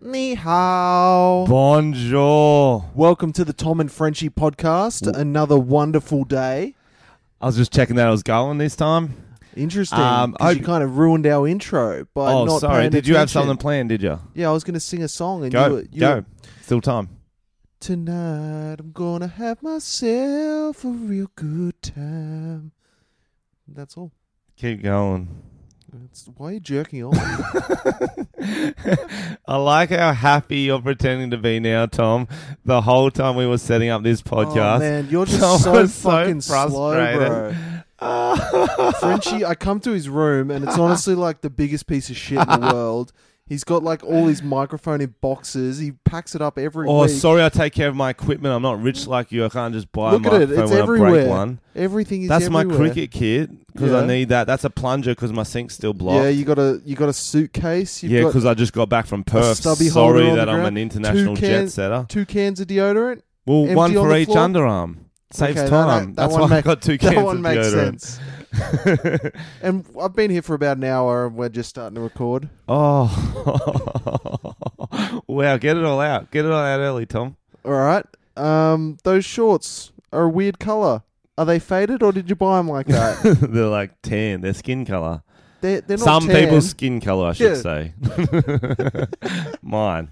Ni hao. Bonjour. Welcome to the Tom and Frenchie podcast. Another wonderful day. I was just checking that I was going this time. Interesting. Um, 'cause I- you kind of ruined our intro by oh, not sorry. paying Did you have attention. something planned? Did you? Yeah, I was going to sing a song and Go, you were, you go. were- Still time. Tonight I'm gonna have myself a real good time. That's all. Keep going. That's why are you jerking off? I like how happy you're pretending to be now, Tom. The whole time we were setting up this Oh, podcast. man, you're just Tom so was so fucking slow, bro. frustrated. Oh, Frenchie, I come to his room and it's honestly like the biggest piece of shit in the world. He's got like all his microphone in boxes. He packs it up every oh, week. sorry. I take care of my equipment. I'm not rich like you. I can't just buy Look a at it. microphone It's when I everywhere. break one. Everything is That's my everywhere. cricket kit because I Yeah. need that. That's a plunger because my sink's still blocked. Yeah, you got a you got a suitcase. You've Yeah, got because I just got back from Perth. stubby holder Sorry on the that I'm ground. an international Two jet cans- setter. two cans of deodorant. Well, empty one on for the each floor. underarm. Saves Okay, no, no, that time. That's one why I make- got two cans That one of makes deodorant. sense. And I've been here for about an hour and we're just starting to record. oh, wow! Get it all out. Get it all out early, Tom. All right. Um, those shorts are a weird color. Are they faded or did you buy them like that? they're like tan. Their skin color. They're, they're not Some tan. people's skin color, I Yeah. should say. Mine.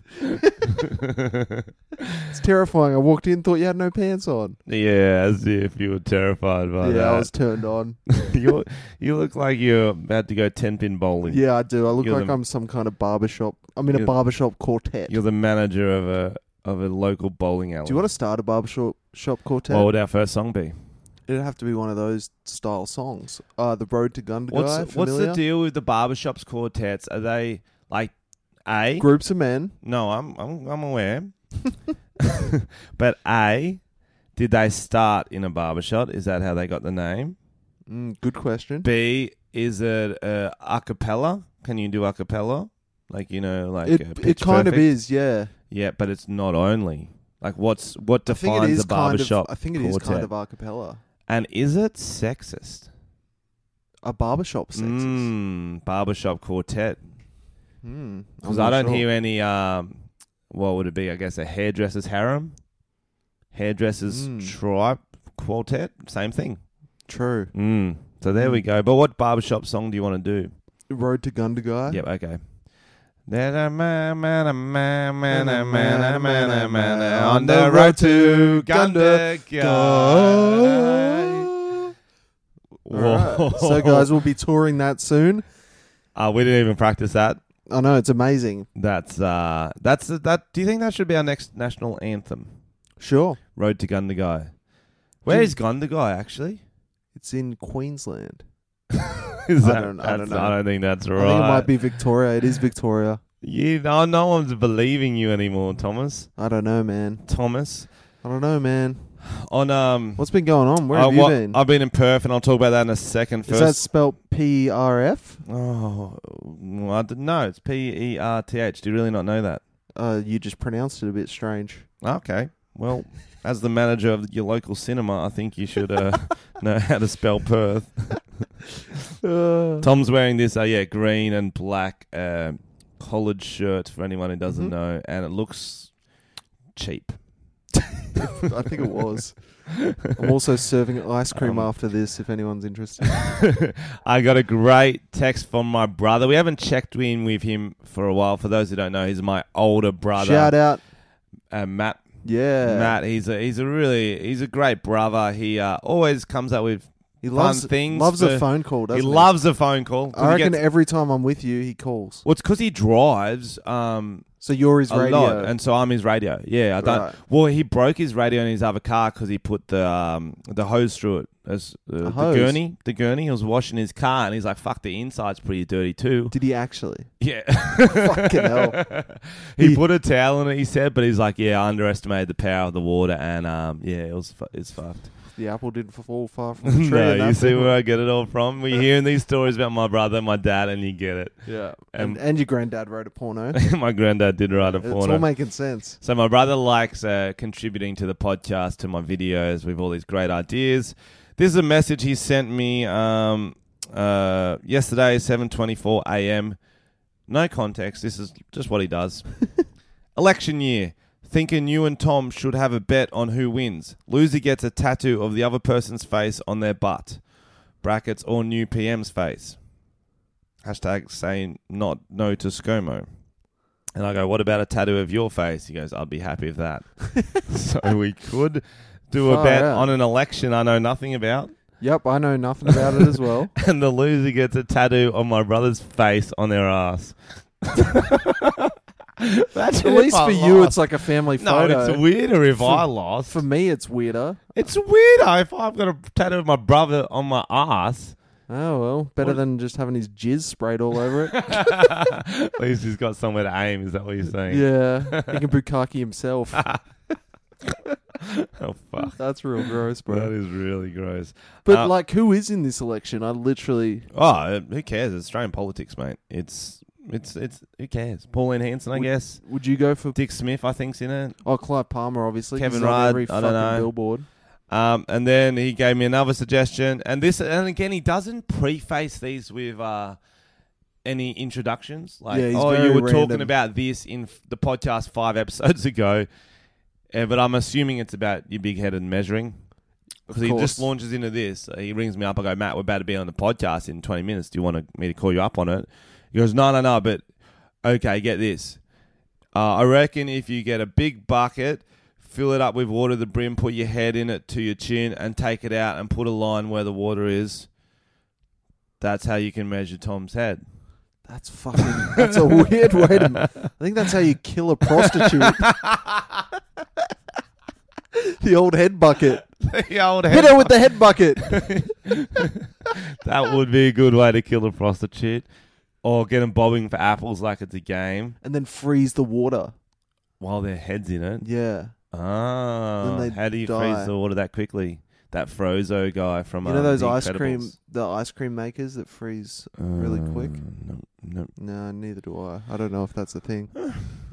It's terrifying. I walked in, thought you had no pants on. Yeah, as if you were terrified by yeah, that. I was turned on. you you look like you're about to go ten pin bowling. Yeah, I do. I look You're like the- I'm some kind of barbershop. I'm in a You're- barbershop quartet. You're the manager of a of a local bowling alley. Do you want to start a barbershop shop quartet? What would our first song be? It'd have to be one of those style songs. Uh, the Road to Gundagai. What's what's familiar? the deal with the barbershops quartets? Are they like A? Groups of men. No, I'm I'm I'm aware. but A, did they start in a barbershop? Is that how they got the name? Mm, good question. B, is it uh, a cappella? Can you do a cappella? Like you know, like it uh, it Pitch kind of Perfect? is, yeah. Yeah, but it's not only. Like what's what I think it defines is a kind of. barbershop? I think it is quartet? kind of a cappella. And is it sexist? A barbershop sexist. Mm, barbershop quartet. Hmm. I'm Because not I don't sure. hear any. Um, what would it be? I guess a hairdresser's harem, hairdresser's Mm. tribe quartet. Same thing. True. Mm. So there we Mm. go. But what barbershop song do you want to do? Road to Gundagai. Yep. Okay. On On the road to Gundagai. Gundagai. Whoa. Alright. So, guys, we'll be touring that soon. uh, we didn't even practice that. I know it's amazing. That's uh, that's that. Do you think that should be our next national anthem? Sure, Road to Gundagai. Where Do- is Gundagai actually? it's in Queensland. Is I don't- I that's- don't know. I don't think that's right. I think it might be Victoria. It is Victoria. You no, no one's believing you anymore, Thomas. I don't know, man. Thomas. I don't know, man. On um, What's been going on? Where I have you wa- been? I've been in Perth, and I'll talk about that in a second. is that First, spelt P E R F? oh, I d- no, it's P E R T H. Do you really not know that? Uh, you just pronounced it a bit strange. Okay. Well, as the manager of your local cinema, I think you should uh, know how to spell Perth. Uh, Tom's wearing this, uh, yeah, green and black uh, collared shirt for anyone who doesn't Mhm. know, and it looks cheap. I think it was. I'm also serving ice cream Um, after this if anyone's interested. I got a great text from my brother. We haven't checked in with him for a while. For those who don't know, he's my older brother, Shout out. Uh, Matt. Yeah. Matt, he's a he's a really he's a great brother. He uh, always comes up with he loves, fun things loves for- a phone call, doesn't he he? loves a phone call. 'cause I he reckon gets- every time I'm with you, he calls. well, it's because he drives um, So you're his a radio. lot, and so I'm his radio. Yeah, I don't. Right. Well, he broke his radio in his other car because he put the um, the hose through it. As, uh, A the hose? gurney, the gurney. He was washing his car, and he's like, "Fuck, the inside's pretty dirty too." Did he actually? Yeah, Fucking hell. he, He- put a towel in it. He said, but he's like, "Yeah, I underestimated the power of the water, and um, yeah, it was fu- it's fucked." The apple didn't fall far from the tree. no, and you that's see it. where I get it all from. We're hearing these stories about my brother, and my dad, and you get it. Yeah. And- And, and your granddad wrote a porno. my granddad did write a it's porno. all making sense. So my brother likes uh, contributing to the podcast, to my videos. with all these great ideas. This is a message he sent me um, uh, yesterday, seven twenty-four a.m. No context. This is just what he does. Election year. Thinking you and Tom should have a bet on who wins. Loser gets a tattoo of the other person's face on their butt. Brackets or new PM's face. Hashtag say not no to ScoMo. And I go, what about a tattoo of your face? He goes, I'd be happy with that. so we could do a Far bet out. on an election I know nothing about. Yep, I know nothing about it as well. And the loser gets a tattoo on my brother's face on their ass. At least for you, it's like a family No, photo. it's weirder if For- I lost. for me, it's weirder. it's weirder if I've got a tattoo of my brother on my ass. Oh well, better What- than just having his jizz sprayed all over it. At least he's got somewhere to aim. Is that what you're saying? yeah, he can bukkake himself. Oh fuck, That's real gross, that bro. is really gross. But Uh, like, who is in this election? I literally Oh, uh, who cares? It's Australian politics, mate. It's it's it's who cares? Pauline Hanson, I We- guess. would you go for? Dick Smith, I think's in it. Oh, Clive Palmer, obviously. 'cause Kevin he's on Rudd, every I don't fucking know. Billboard. Um, and then he gave me another suggestion, and this, and again, he doesn't preface these with uh, any introductions. Like, Yeah, he's oh, you very were talking random. about this in f- the podcast five episodes ago, uh, but I'm assuming it's about your big head and measuring. Because he just course. launches into this. Uh, He rings me up. I go, Matt, we're about to be on the podcast in 20 minutes. Do you want me to call you up on it? He goes, No, no, no, but okay, get this. Uh, I reckon if you get a big bucket, fill it up with water to the brim, put your head in it to your chin, and take it out and put a line where the water is. That's how you can measure Tom's head. That's fucking. That's a weird way to. I think that's how you kill a prostitute. the old head bucket. the old Hit head. her with the head bucket. That would be a good way to kill a prostitute. Or get them bobbing for apples like it's a game and then freeze the water. while their head's in it. Yeah. Ah, Then they how do you freeze die. the water that quickly? That Frozo guy from You know um, those The ice cream, Incredibles. the ice cream makers that freeze really quick? Uh, No, no. No, neither do I. I don't know if that's a thing.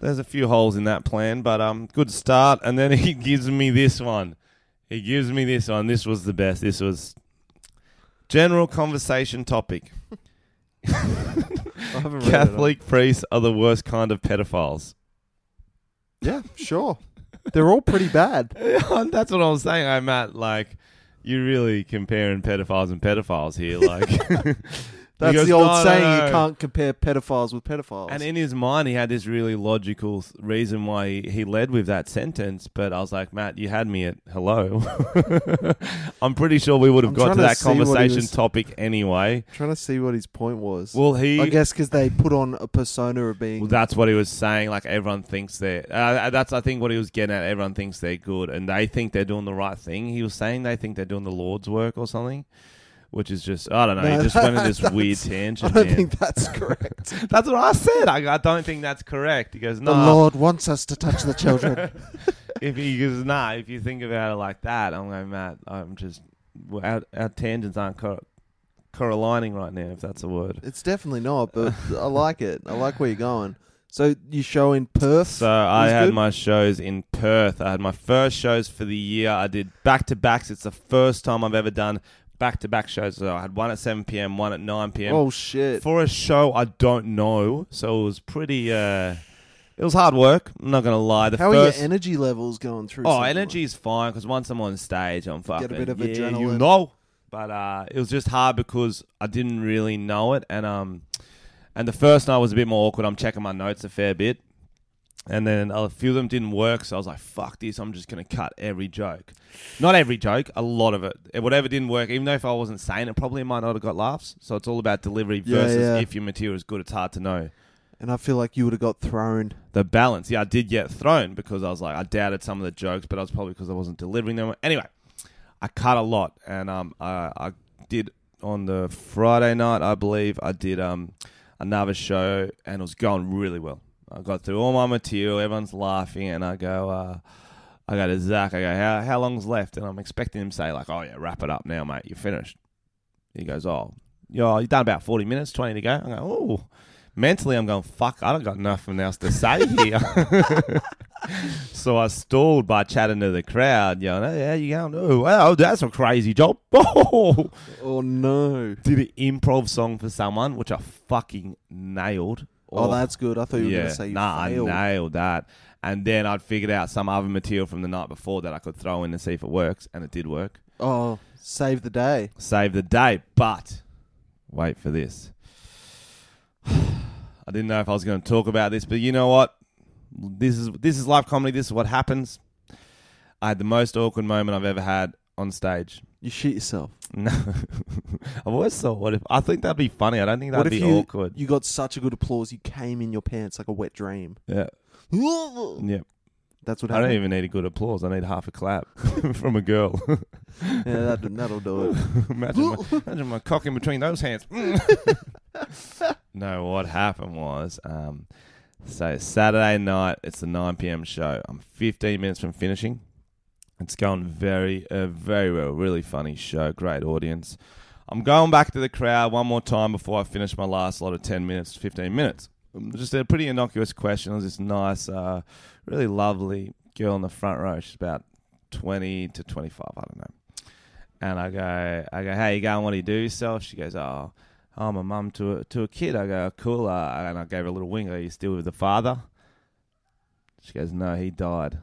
There's a few holes in that plan, but um, good start. And then he gives me this one. He gives me this one. This was the best. This was general conversation topic. I haven't read it. Catholic priests are the worst kind of pedophiles. Yeah, sure. They're all pretty bad. That's what I was saying. I'm at like you're really comparing pedophiles and pedophiles here. Like That's He goes, the old "No, no, saying. no." You can't compare pedophiles with pedophiles. And in his mind, he had this really logical th- reason why he, he led with that sentence. But I was like, Matt, you had me at hello. I'm pretty sure we would have I'm got trying to to that see what he conversation was- topic anyway. trying to see what his point was. Well, he. I guess because they put on a persona of being. well, that's what he was saying. Like everyone thinks they're. Uh, that's I think what he was getting at. Everyone thinks they're good, and they think they're doing the right thing. He was saying they think they're doing the Lord's work or something, which is just I don't know. No, he just went in this that's- weird I tangent. don't man. think that's correct. that's what I said. I, I don't think that's correct. He goes, no. The Lord wants us to touch the children. if he goes, nah, if you think about it like that, I'm going, Matt, I'm just, well, our, our tangents aren't cor- correlining right now, if that's a word. it's definitely not, but I like it. I like where you're going. So you show in Perth. So I was had good? my shows in Perth. I had my first shows for the year. I did back to backs. It's the first time I've ever done back to back shows. So I had one at 7 p.m., one at 9 p.m. oh shit! for a show I don't know. So it was pretty, uh, it was hard work. I'm not going to lie. The How first, are your energy levels going through? Oh, something energy is fine because once I'm on stage, I'm fucking bit of yeah, You adrenaline. know, but uh, it was just hard because I didn't really know it, and um, and the first night was a bit more awkward. I'm checking my notes a fair bit, and then a few of them didn't work, so I was like, "Fuck this! I'm just gonna cut every joke, not every joke, a lot of it. And Whatever didn't work, even though if I wasn't saying it, probably might not have got laughs. So it's all about delivery Yeah, versus yeah. if your material is good. It's hard to know." Like? And I feel like you would have got thrown. the balance. Yeah, I did get thrown because I was like, I doubted some of the jokes, but I was probably because I wasn't delivering them. Anyway, I cut a lot, and um, I, I did on the Friday night, I believe, I did um another show, and it was going really well. I got through all my material, everyone's laughing, and I go, uh, I go to Zach, I go, how how long's left? And I'm expecting him to say like, oh yeah, wrap it up now, mate, you're finished. He goes, oh, yeah, you've done about 40 minutes, 20 to go. I go, oh. Mentally, I'm going, fuck, I don't got nothing else to say here. so I stalled by chatting to the crowd, yelling, oh, yeah, you going? Oh, wow, that's a crazy job. Oh. Oh no! Did an improv song for someone, which I fucking nailed. Oh, that's good. I thought you were yeah. going to say you Nah, failed. I nailed that. and then I'd figured out some other material from the night before that I could throw in and see if it works, and it did work. Oh, save the day. Save the day, but wait for this. I didn't know if I was going to talk about this, but you know what? This is this is live comedy. This is what happens. I had the most awkward moment I've ever had on stage. You shit yourself. No, I've always thought, what if? I think that'd be funny. I don't think What that'd if be you- awkward. You got such a good applause, you came in your pants like a wet dream. Yeah, yeah. That's what I don't happened. even need a good applause. I need half a clap from a girl. Yeah, that, that'll do it. imagine, my, imagine my cock in between those hands. Mm. no, what happened was, um, so Saturday night, it's the 9 p.m. show. I'm 15 minutes from finishing. It's going very, uh, very well. Really funny show. Great audience. I'm going back to the crowd one more time before I finish my last lot of 10 minutes, 15 minutes. Um, Just a pretty innocuous question. It was this nice, uh, really lovely girl in the front row. She's about 20 to 25, I don't know. And I go, I go, how you going? What do you do yourself? She goes, oh, I'm a mum to a, to a kid. I go, cool. Uh, and I gave her a little wink. Are you still with the father? She goes, no, he died.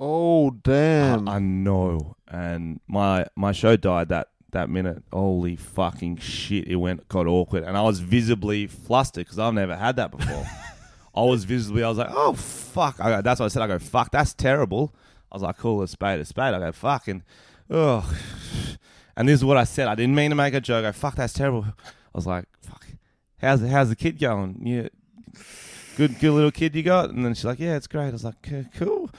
Oh, damn. I, I know. And my my show died that that minute. Holy fucking shit! It went got awkward, and I was visibly flustered because I've never had that before. I was visibly, I was like, oh fuck! I go, that's what I said. I go, fuck, that's terrible. I was like, call a spade a spade. I go, fucking, oh. And this is what I said. I didn't mean to make a joke. I go, fuck, that's terrible. I was like, fuck. How's how's the kid going? You good good little kid you got? And then she's like, yeah, it's great. I was like, "Okay, cool.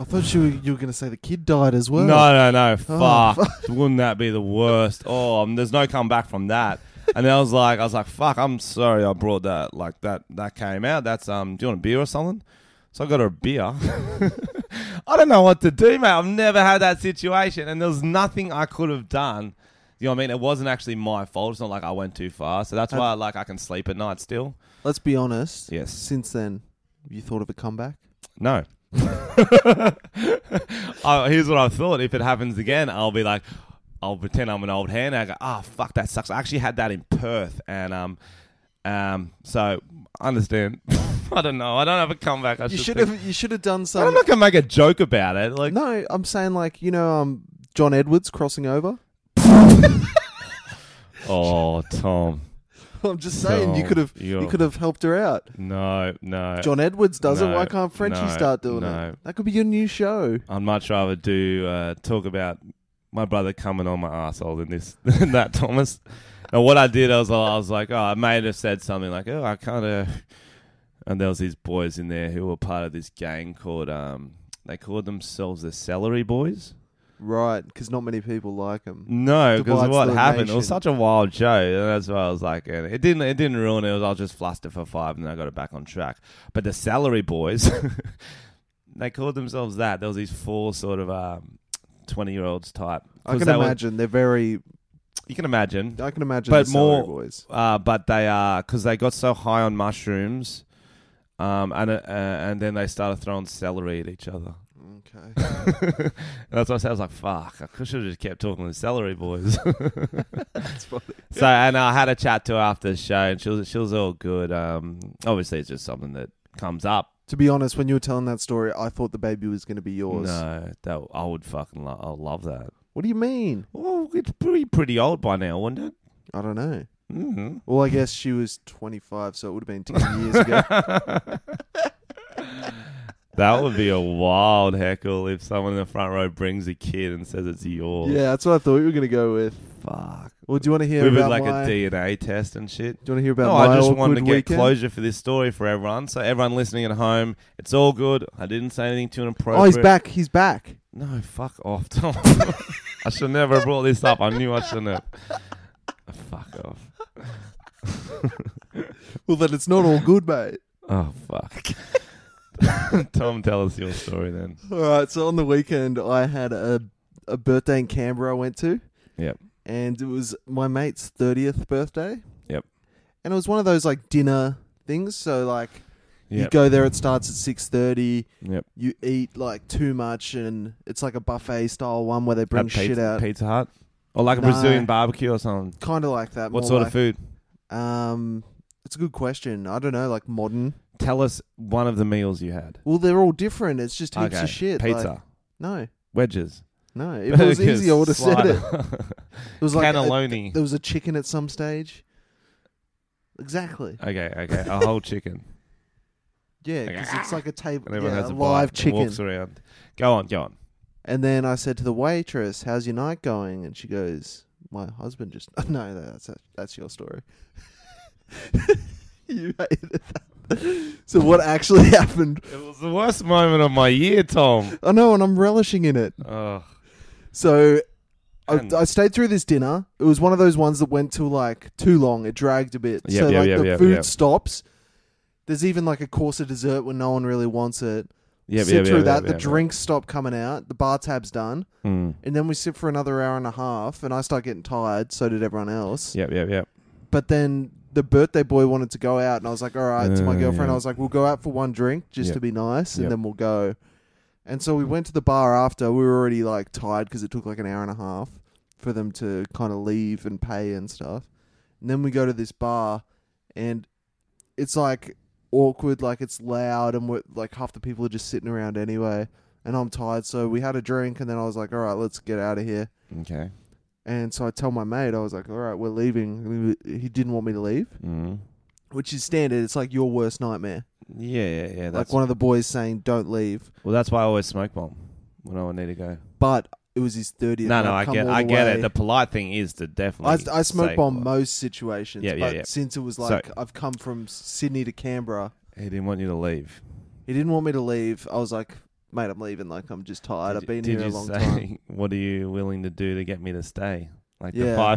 I thought you were, you were going to say the kid died as well. No, no, no. Oh, Fuck. Wouldn't that be the worst? Oh, um, there's no comeback from that. And then I was like, I was like, fuck. I'm sorry. I brought that. Like that. That came out. That's um. Do you want a beer or something? So I got her a beer. I don't know what to do, mate. I've never had that situation, and there was nothing I could have done. You know what I mean? It wasn't actually my fault. It's not like I went too far. So that's why, like, I can sleep at night still. Let's be honest. Yes. Since then, have you thought of a comeback? No. oh, here's what I thought. If it happens again, I'll be like, I'll pretend I'm an old hand. I go, oh, fuck, that sucks. I actually had that in Perth. And, um, um, so I understand. I don't know. I don't have a comeback. I You should should think. have you should have done But I'm some. not going to make a joke about it. Like, No, I'm saying like you know um John Edwards crossing over. oh, Tom. I'm just saying you Tom, could have you're- you could have helped her out. No, no. John Edwards does it. no, Why can't Frenchie no, start doing no. it? That could be your new show. I'd much rather do uh, talk about my brother coming on my asshole than this than that Thomas. And what I did, I was I was like, oh, I may have said something like, oh, I kind of. And there was these boys in there who were part of this gang called um, they called themselves the Celery Boys. Right, because not many people like him. No, because Divides what the happened? It was nation. such a wild show, and that's why I was like, and it didn't, it didn't ruin it. it was, I was just flustered for five, and then I got it back on track. But the salary boys, they called themselves that. There was these four sort of um, twenty-year-olds type. I 'Cause can they were- imagine they're very. you can imagine, I can imagine. But the salary more- boys. uh, but they are because they got so high on mushrooms, um, and uh, and then they started throwing celery at each other. Okay. and that's what I said. I was like, "Fuck! I should have just kept talking to the celery boys." So and I had a chat to her after the show, and she was she was all good. Um, obviously, it's just something that comes up. to be honest, when you were telling that story, I thought the baby was going to be yours. No, that I would fucking lo- I love that. What do you mean? Well, it's pretty pretty old by now, wouldn't it? I don't know. Mm-hmm. Well, I guess she was 25, so it would have been 10 years ago. That would be a wild heckle if someone in the front row brings a kid and says it's yours. yeah, that's what I thought we were going to go with. Fuck. Well, do you want to hear we would about like my- a DNA test and shit. Do you want to hear about no, my I just awkward wanted to get weekend? closure for this story for everyone. So everyone listening at home, it's all good. I didn't say anything too inappropriate. Oh, he's back. He's back. No, fuck off, Tom. I should never have brought this up. I knew I shouldn't have. Ah, Fuck off. Well, then it's not all good, mate. Oh fuck. Tom, tell us your story then. All right. So on the weekend, I had a a birthday in Canberra. I went to. Yep. And it was my mate's thirtieth birthday. Yep. And it was one of those like dinner things. So like you Yep. go there, it starts at six thirty. Yep. You eat like too much, and it's like a buffet style one where they bring At pizza, shit out, Pizza Hut, or like a No. Brazilian barbecue or something. kind of like that. Uh, What more sort like- of food? Um, it's a good question. I don't know, like modern. Tell us one of the meals you had. Well, they're all different. It's just heaps okay. of shit. like- Pizza, no, wedges. no. If it was burgers, easy, I would have said it. slider. It was like a- Cannelloni. there was a chicken at some stage. Exactly. okay, okay, a whole chicken. Yeah, Like, because it's like a table, And everyone yeah, has a a live bite and chicken. Walks around. Go on, go on. And then I said to the waitress, "How's your night going?" And she goes, "My husband just no, that's that's your story." you hated that. So what actually happened? It was the worst moment of my year, Tom. I know, and I'm relishing in it. Ugh. So I, And- I stayed through this dinner. It was one of those ones that went till like too long. It dragged a bit. Yep, so yep, like yep, the yep, food yep. stops. There's even like a course of dessert when no one really wants it. Yep, sit yep, through yep, that. yep, the yep. drinks stop coming out. The bar tab's done. Mm. And then we sit for another hour and a half, and I start getting tired. So did everyone else. Yep, yep, yep. But then the birthday boy wanted to go out, and I was like, all right, to my Uh, girlfriend, yeah. I was like, we'll go out for one drink just Yep. to be nice, and Yep. then we'll go. And so we went to the bar after. We were already like tired because it took like an hour and a half for them to kind of leave and pay and stuff. And then we go to this bar, and it's like awkward, like it's loud, and we're, like half the people are just sitting around anyway. And I'm tired, so we had a drink, and then I was like, all right, let's get out of here. Okay. And so I tell my mate, I was like, all right, we're leaving. He didn't want me to leave, Mm. which is standard. It's like your worst nightmare. Yeah, yeah, yeah. That's like one of the boys saying, don't leave. well. That's why I always smoke bomb when I need to go. But it was his 30th. no, and no, I've I come get, all I the get way. it. The polite thing is to definitely. I, I smoke say bomb what- most situations, Yeah, yeah, but yeah. since it was So- like I've come from Sydney to Canberra, He didn't want you to leave. he didn't want me to leave. I was like, mate, I'm leaving. Like, I'm just tired. I've Did- been did here a you long say, time. What are you willing to do to get me to stay? Like Yeah. the fire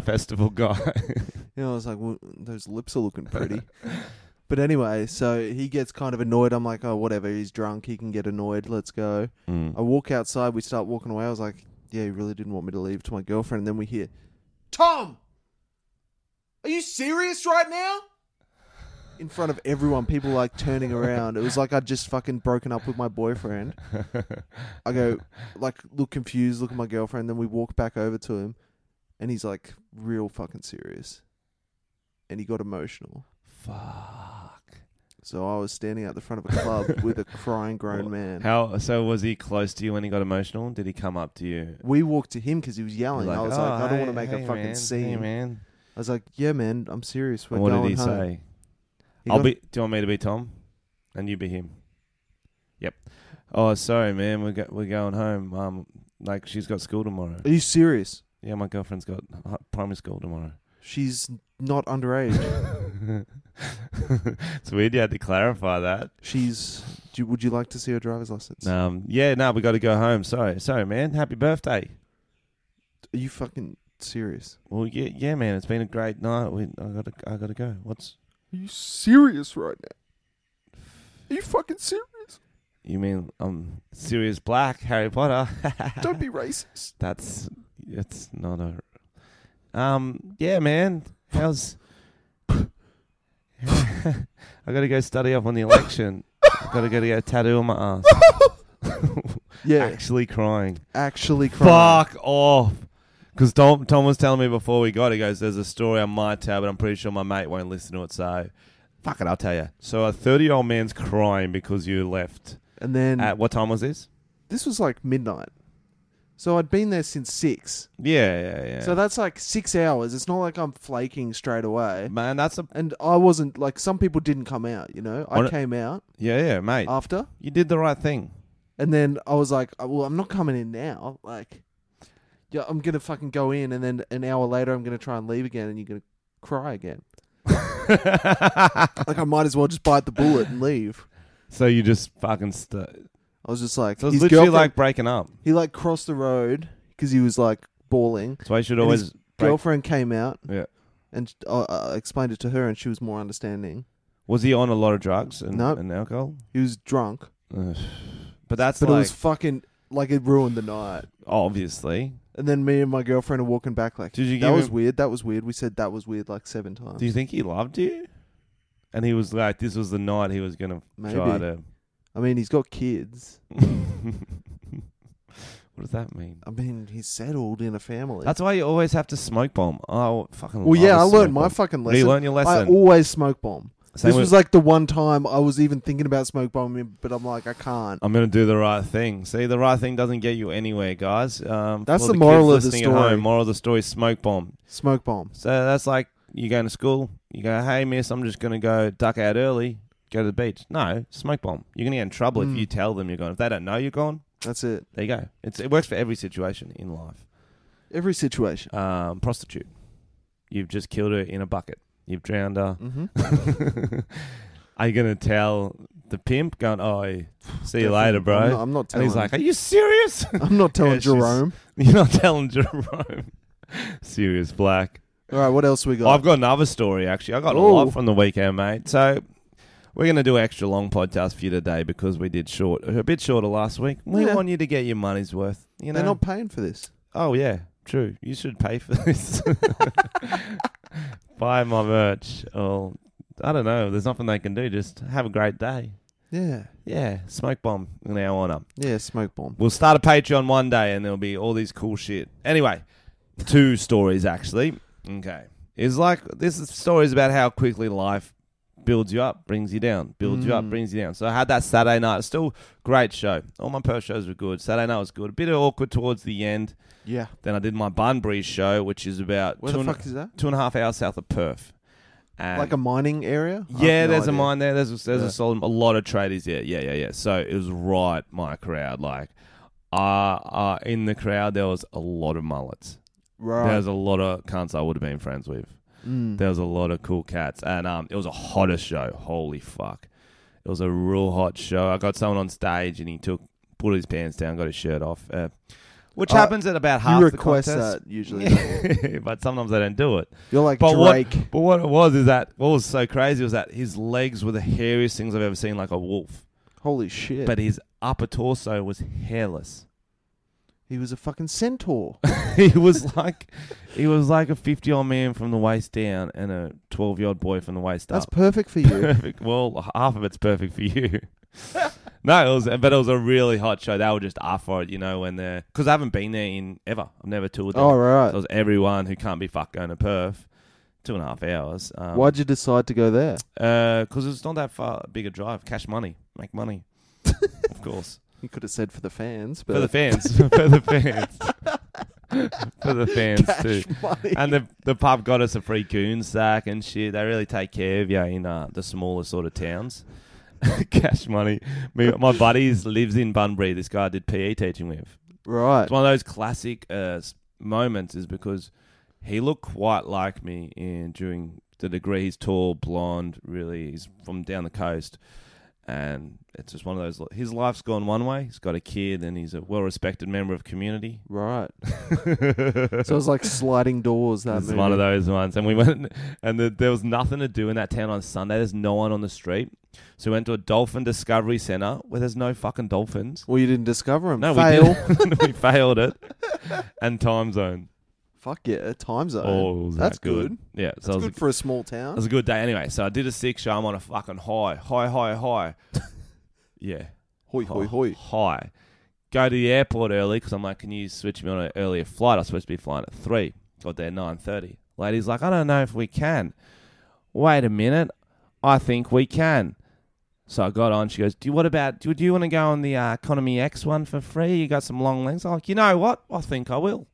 festival guy. You know, I was like, well, those lips are looking pretty. but anyway, so he gets kind of annoyed. I'm like, oh, whatever. He's drunk. He can get annoyed. Let's go. Mm. I walk outside, we start walking away. I was like, yeah, he really didn't want me to leave to my girlfriend. And then we hear, Tom, are you serious right now? In front of everyone, people like turning around. It was like I'd just fucking broken up with my boyfriend. I go, like, look confused, look at my girlfriend. Then we walk back over to him, and he's like, real fucking serious. And he got emotional. Fuck. So I was standing out the front of a club with a crying grown man. How? So was he close to you when he got emotional? Did he come up to you? we walked to him because he was yelling. I was "Oh, like, I don't hey- want to make hey, a fucking man, scene. Hey, man. I was like, yeah, man, I'm serious. We're And what going did he home. say? He I'll got- be. Do you want me to be Tom, and you be him? Yep. Oh, sorry, man. We're go, we're going home. Um, like she's got school tomorrow. Are you serious? Yeah, my girlfriend's got uh, primary school tomorrow. She's not underage. it's weird you had to clarify that. She's. Do you, would you like to see her driver's license? Um, yeah, no, we got to go home. Sorry, sorry, man. Happy birthday. Are you fucking serious? Well, yeah, yeah, man. It's been a great night. We, I gotta, I gotta go. What's Are you serious right now? Are you fucking serious? you mean? I'm serious black Harry Potter. Don't be racist. That's it's not a. Um. Yeah, man. How's? I gotta go study up on the election. I gotta go to get a tattoo on my ass. Yeah, Actually crying. actually crying. Fuck off. Because Tom, Tom was telling me before we got, he goes, "There's a story on my tab, but I'm pretty sure my mate won't listen to it." So, fuck it, I'll tell you. So, a 30 year old man's crying because you left. And then At what time was this? this was like midnight. So I'd been there since six. Yeah, yeah, yeah. So that's like six hours. It's not like I'm flaking straight away. man, that's a And I wasn't like some people didn't come out. You know, I On a- came out yeah, yeah, mate. after. you did the right thing. And then I was like, oh, well, I'm not coming in now. Like, yeah, I'm gonna fucking go in, and then an hour later, I'm gonna try and leave again, and you're gonna cry again. Like, I might as well just bite the bullet and leave. so you just fucking. St- I was just like, so it's his literally girlfriend, like breaking up. he like crossed the road because he was like bawling. That's why you should And his always. Break- Girlfriend came out, Yeah. and I I explained it to her, and she was more understanding. Was he on a lot of drugs and, Nope. and alcohol? He was drunk, Ugh. But that's but like it was fucking like it ruined the night. obviously. And then me and my girlfriend are walking back, like, Did you that give was him- weird. That was weird. We said that was weird like seven times. Do you think he loved you? And he was like, this was the night he was gonna try Maybe. to. I mean, he's got kids. what does that mean? I mean, he's settled in a family. That's why you always have to smoke bomb. Oh, fucking. well, yeah, I love a learned smoke my bomb. fucking You lesson. learned your lesson. I always smoke bomb. Same this with- was like the one time I was even thinking about smoke bombing, but I'm like, I can't. I'm gonna do the right thing. See, the right thing doesn't get you anywhere, guys. Um, That's for the kids moral of the listening at story. home, moral of the story: smoke bomb. Smoke bomb. So that's like you going to school. You go, hey miss, I'm just gonna go duck out early, go to the beach. No, smoke bomb. You're gonna get in trouble Mm. if you tell them you're gone. If they don't know you're gone, That's it. there you go. It's, it works for every situation in life. Every situation. Um, prostitute. You've just killed her in a bucket. You've drowned her. Mm-hmm. Are you gonna tell the pimp? Going, oh, see you later, bro. I'm not, I'm not and telling. he's like, are you serious? I'm not telling Yeah, she's- Jerome. You're not telling Jerome. Serious black. All right, what else we got? I've got another story actually. I got a Ooh. lot from the weekend, mate. So we're gonna do an extra long podcast for you today because we did short a bit shorter last week. We Yeah. want you to get your money's worth. You know They're not paying for this. Oh yeah, true. You should pay for this. Buy my merch. Or I don't know, there's nothing they can do. Just have a great day. Yeah. Yeah, smoke bomb an hour on up. Yeah, smoke bomb. We'll start a Patreon one day and there'll be all these cool shit. Anyway, two stories actually. Okay. It's like this is stories about how quickly life builds you up, brings you down, builds you up, Mm. brings you down. So I had that Saturday night. Still great show. All my Perth shows were good. Saturday night was good. A bit awkward towards the end. Yeah. Then I did my Bunbury show, which is about Where two the and, fuck is that? two and a half hours south of Perth. And Like a mining area? I have yeah, no there's a idea. mine there. There's a, there's Yeah. a solid, a lot of tradies there. Yeah, yeah, yeah. So it was right my crowd. Like, uh, uh in the crowd there was a lot of mullets. Right. There was a lot of cunts I would have been friends with. Mm. There was a lot of cool cats, and um, it was a hotter show. Holy fuck, it was a real hot show. I got someone on stage, and he took pulled his pants down, got his shirt off, uh, which Uh, happens at about half you request the contest. that usually. but sometimes they don't do it. You're like But what- Drake. But what it was is that what was so crazy was that his legs were the hairiest things I've ever seen, like a wolf. Holy shit. But his upper torso was hairless. he was a fucking centaur. he was like, he was like a fifty-year-old man from the waist down and a twelve-year-old boy from the waist That's up. perfect for you. perfect. Well, half of it's perfect for you. no, it was, but it was a really hot show. They were just up for it, you know, when they're because I haven't been there in ever. I've never toured there. oh, right. So it was everyone who can't be fucked going to Perth, two and a half hours. Um, Why'd you decide to go there? because Uh, it's not that far big a drive. Cash money, make money, of course, You could have said for the fans, but for the fans, for the fans, for the fans too. Cash money. And the the pub got us a free goon sack and shit. They really take care of you in uh, the smaller sort of towns. Cash money. Me, my buddies lives in Bunbury. This guy I did PE teaching with. right. It's one of those classic uh, s- moments is because he looked quite like me in during the degree. He's tall, blonde, really. He's from down the coast, and it's just one of those. His life's gone one way. He's got a kid, and he's a well-respected member of community. Right. so So it was like sliding doors that this is movie. one of those ones. And we went, and the, there was nothing to do in that town on Sunday. There's no one on the street. So we went to a dolphin discovery center where there's no fucking dolphins. Well, you didn't discover them. No, Fail. we didn't. we failed it. And time zone. Fuck yeah, time zone. Oh, was That's that good. Yeah, so It's it, was good for a small town. a, it was a good day. Anyway, so I did a six show. I'm on a fucking high, high, high, high. yeah, Hoi, Oh. hoi, hoi. high. Go to the airport early because I'm like, can you switch me on an earlier flight? I was supposed to be flying at three. Got there nine thirty. Lady's like, I don't know if we can. Wait a minute, I think we can. So I got on. She goes, "Do you what about? Do, do you want to go on the uh, economy X one for free? You got some long legs." I'm like, "You know what? I think I will."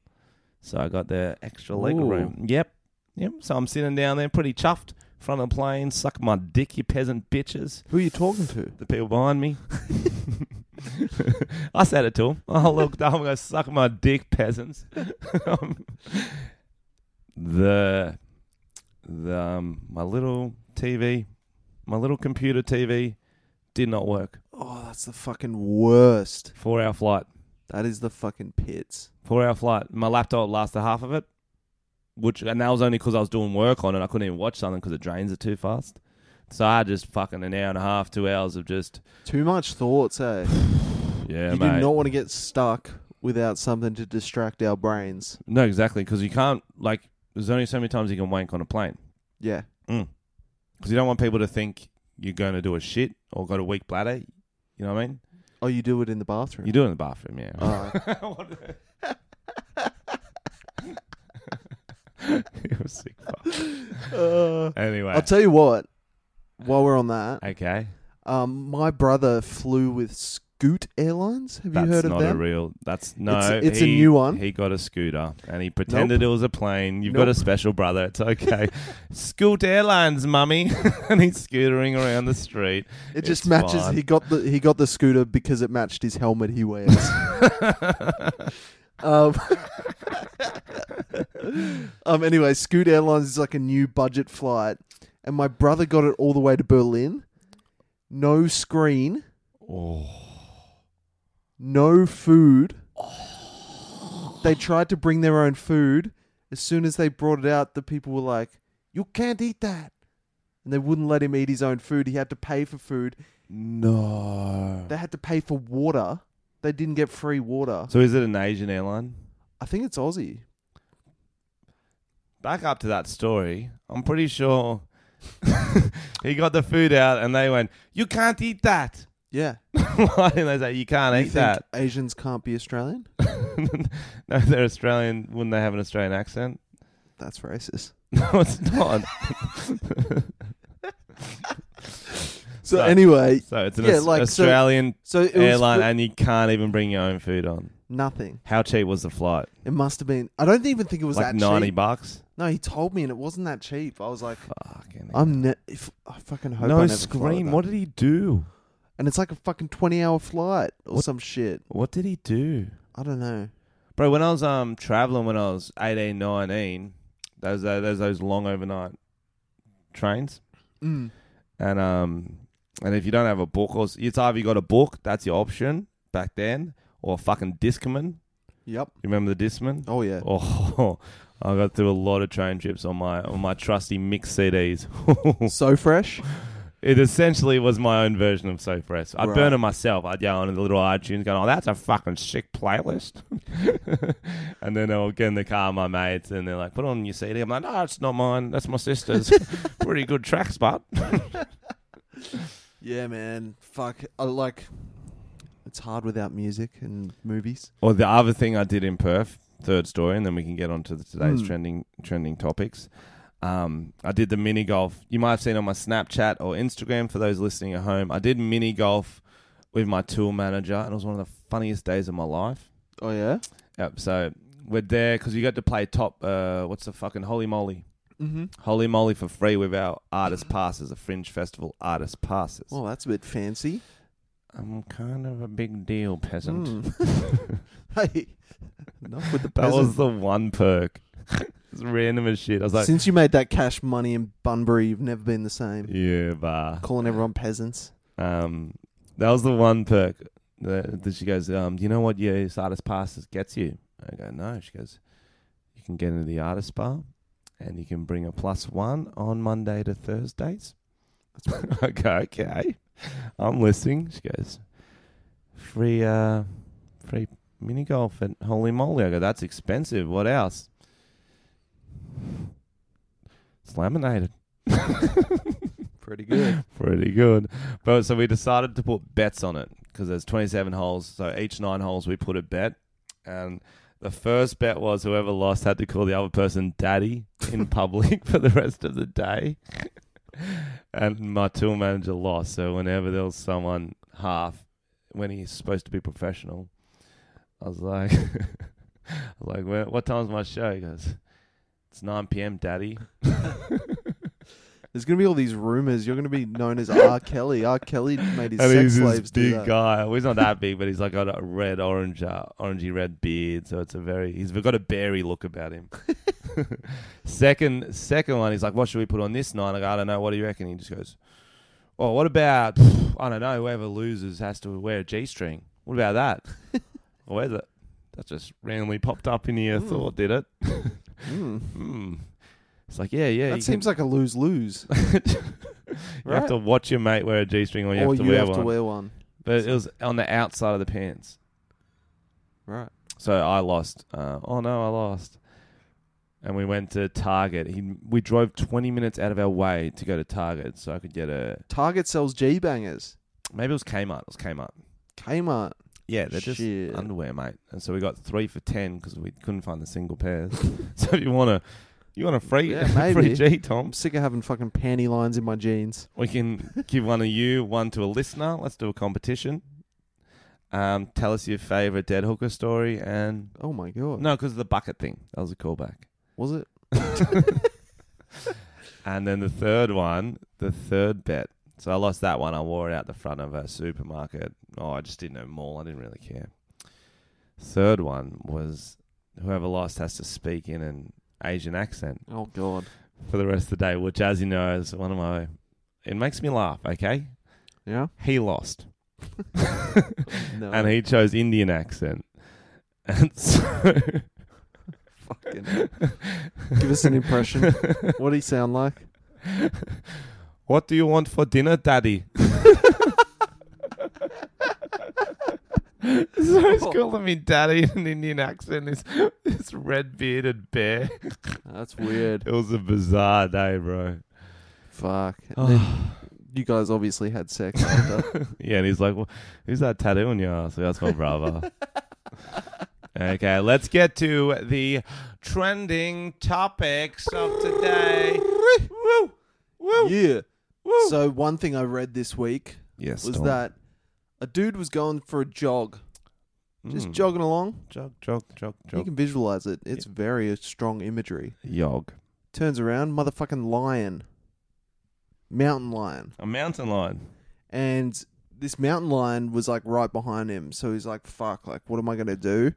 So I got the extra leg Ooh. room. Yep, yep. So I'm sitting down there, pretty chuffed, front of the plane. Suck my dick, you peasant bitches Who are you talking to? the people behind me. I said it to him. Oh, look, I'm going to suck my dick, peasants. um, the, the, um, my little TV, my little computer TV did not work. Oh, that's the fucking worst. Four hour flight. That is the fucking pits. Four hour flight. My laptop lasted half of it, which, and that was only because I was doing work on it. I couldn't even watch something because it drains it too fast. So I had just fucking an hour and a half, two hours of just, Too much thoughts, eh? yeah, you mate. do not want to get stuck without something to distract our brains. No, exactly, because you can't like. There's only so many times you can wank on a plane Yeah. because you don't want people to think you're going to do a shit or got a weak bladder. You know what I mean? Oh, you do it in the bathroom. You do it in the bathroom, yeah. Oh, You're a sick fuck. uh, Anyway, I'll tell you what. while we're on that, Okay, um, my brother flew with Scoot Airlines. Have that's you heard of not a them? real. That's no. it's a he- new one. He got a scooter and he pretended it was a plane. You've got a Nope. special brother. It's okay. Scoot Airlines, mummy, and he's scootering around the street. it just it's matches. fine. He got the he got the scooter because it matched his helmet he wears. um, um. Anyway, Scoot Airlines is like a new budget flight, and my brother got it all the way to Berlin. No screen, oh, no food. They tried to bring their own food. As soon as they brought it out, the people were like, "You can't eat that," and they wouldn't let him eat his own food. He had to pay for food. no. They had to pay for water. They didn't get free water. So is it an Asian airline? I think it's Aussie. Back up to that story. I'm pretty sure he got the food out and they went, "You can't eat that." Yeah. Why didn't they say you can't You eat think that? Asians can't be Australian? no, they're Australian. Wouldn't they have an Australian accent? That's racist. No, it's not. So No. anyway, so it's an Yeah, Aus- like, so- Australian so it airline, eh? was and you can't even bring your own food on. nothing. How cheap was the flight? It must have been. I don't even think it was like that ninety cheap. bucks. No, he told me, and it wasn't that cheap. I was like, Fucking I'm ne- if I fucking hope I no never fly with scream. that. What did he do? And it's like a fucking twenty-hour flight or What- some shit. What did he do? I don't know. Bro, when I was um traveling when I was 18, 19, those uh, those those long overnight trains, Mm. and um and if you don't have a book, or s- it's either you got a book, that's your option back then, or a fucking discman. Yep. You remember the discman? Oh yeah. Oh, I got through a lot of train trips on my on my trusty mix CDs. Oh. So fresh. it essentially was my own version of So Fresh. I'd Right. burn it myself. I'd go on the little iTunes going, oh, that's a fucking sick playlist. and then I'll get in the car with my mates and they're like, put on your CD. I'm like, no, it's not mine. That's my sister's. Pretty good tracks, but Yeah, man. Fuck. I like. It's hard without music and movies. Or the other thing I did in Perth, third story, and then we can get on to the, today's Hmm. trending trending topics. Um, I did the mini golf. You might have seen on my Snapchat or Instagram for those listening at home. I did mini golf with my tour manager, and it was one of the funniest days of my life. Oh yeah. Yep. So we're there because you got to play top. Uh, what's the fucking holy moly? Mm-hmm. Holy moly for free with our artist passes, a fringe festival artist passes. Well, that's a bit fancy. I'm kind of a big deal peasant. Mm. hey, enough with the That was peasant. the one perk. it's random as shit. I was like, Since you made that cash money in Bunbury, you've never been the same. yeah, bah. Calling everyone peasants. Um, that was the one perk that, that she goes, um, do you know what your artist passes gets you? I go, no. She goes, you can get into the artist bar and you can bring a plus one on Monday to Thursdays. I go, okay. I'm listening. She goes, free, uh, free mini golf at Holy Moly. I go, that's expensive. What else? It's laminated. Pretty good. Pretty good. But so we decided to put bets on it because there's 27 holes. So each nine holes, we put a bet. And the first bet was whoever lost had to call the other person daddy in public for the rest of the day. and my tour manager lost. So whenever there was someone half, when he's supposed to be professional, I was like, I was like, "Where- what time's my show? He goes, it's 9 p.m., daddy. There's gonna be all these rumors. You're gonna be known as R. Kelly. R. Kelly made his and sex he's slaves this do big that. guy. Well, he's not that big, but he's like got a red, orange, uh, orangey red beard. So it's a very he's got a berry look about him. second, second one, he's like, "What should we put on this night?" I go, "I don't know. What do you reckon?" He just goes, "Well, what about I don't know. Whoever loses has to wear a g-string. What about that? or where's it? That just randomly popped up in your Hmm. thought, did it? Mm. Hmm. It's like, yeah, yeah. That seems like a lose lose. like you have to watch your mate wear a g-string, or you or have to you wear have one. to wear one. But it was on the outside of the pants. Right. So I lost. Uh, oh no, I lost. And we went to Target. He, we drove 20 minutes out of our way to go to Target so I could get a. Target sells G bangers. Maybe it was Kmart. It was Kmart. Kmart. Yeah, they're just Shit. underwear, mate. And so we got three for 10 because we couldn't find the single pairs. so if you want to You want a free, Yeah, free maybe. G, I'm Tom? sick of having fucking panty lines in my jeans. We can give one of you, one to a listener. Let's do a competition. Um, tell us your favorite dead hooker story, and Oh my god. no, because the bucket thing that was a callback. Was it? And then the third one, the third bet. So I lost that one. I wore it out the front of a supermarket. Oh, I just didn't know mall. I didn't really care. Third one was whoever lost has to speak in an Asian accent Oh god. for the rest of the day, which, as you know, is one of my. It makes me laugh. Okay, Yeah. he lost, No. and he chose Indian accent, and so fucking. Give us an impression. what do he sound like? What do you want for dinner, Daddy? Uh, so he's calling me Daddy in an Indian accent. This this red bearded bear. That's weird. It was a bizarre day, bro. Fuck. And Oh. then you guys obviously had sex. after. Yeah, and he's like, well, "Who's that tattoo on your ass?" Like, That's my brother. okay, let's get to the trending topics of today. Woo, woo, yeah. woo. So one thing I read this week yes, was Tom. that a dude was going for a jog, just Mm. jogging along. jog, jog, jog, You jog, can visualize it. It's very uh, strong imagery. jog. Turns around, motherfucking lion, mountain lion, A mountain lion. and this mountain lion was like right behind him. So he's like, "Fuck! Like, what am I gonna do?"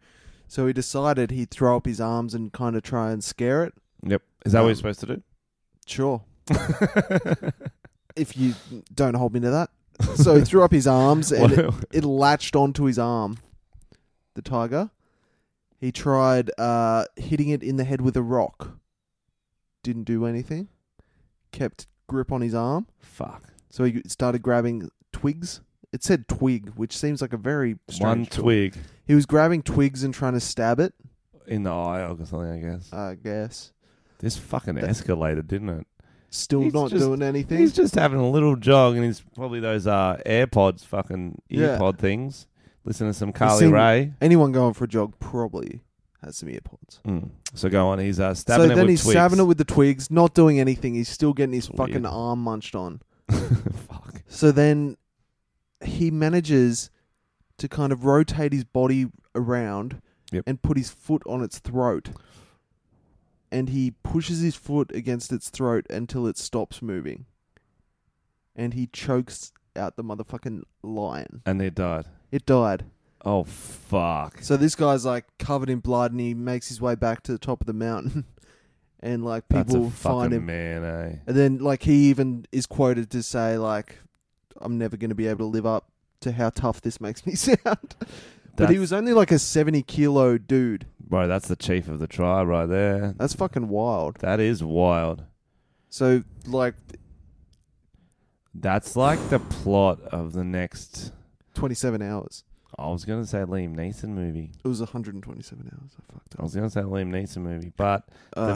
So he decided he'd throw up his arms and kind of try and scare it. Yep. Is that what Um, you're supposed to do? Sure. if you don't hold me to that. So he threw up his arms and it, it latched onto his arm. The tiger. He tried uh, hitting it in the head with a rock. Didn't do anything. Kept grip on his arm. Fuck. So he started grabbing twigs. It said twig, which seems like a very strange One choice. twig He was grabbing twigs and trying to stab it. in the eye or something, I guess. I guess. This fucking That- escalated, didn't it? Still He's not just- doing anything. He's just having a little jog and he's probably those uh, AirPods fucking Yeah. earpod things. Listen to some Carly seen- Ray. Anyone going for a jog probably has some earpods. Mm. So go on, he's uh, so stabbing it then with he's twigs. stabbing it with the twigs, not doing anything. He's still getting his It's fucking weird. arm munched on. Fuck. So then he manages to kind of rotate his body around Yep. and put his foot on its throat. And he pushes his foot against its throat until it stops moving. And he chokes out the motherfucking lion. And they died. It died. Oh fuck. So this guy's like covered in blood and he makes his way back to the top of the mountain. And like That's people a find fucking him. man, eh? And then, like, he even is quoted to say, like, I'm never going to be able to live up to how tough this makes me sound. but he That's- was only like a 70 kilo dude. Bro, that's the chief of the tribe right there. That's fucking wild. That is wild. So, like, That's like the plot of the next 27 hours. I was gonna say Liam Neeson movie. It was 127 hours. I fucked I up. was gonna say Liam Neeson movie, but Uh, the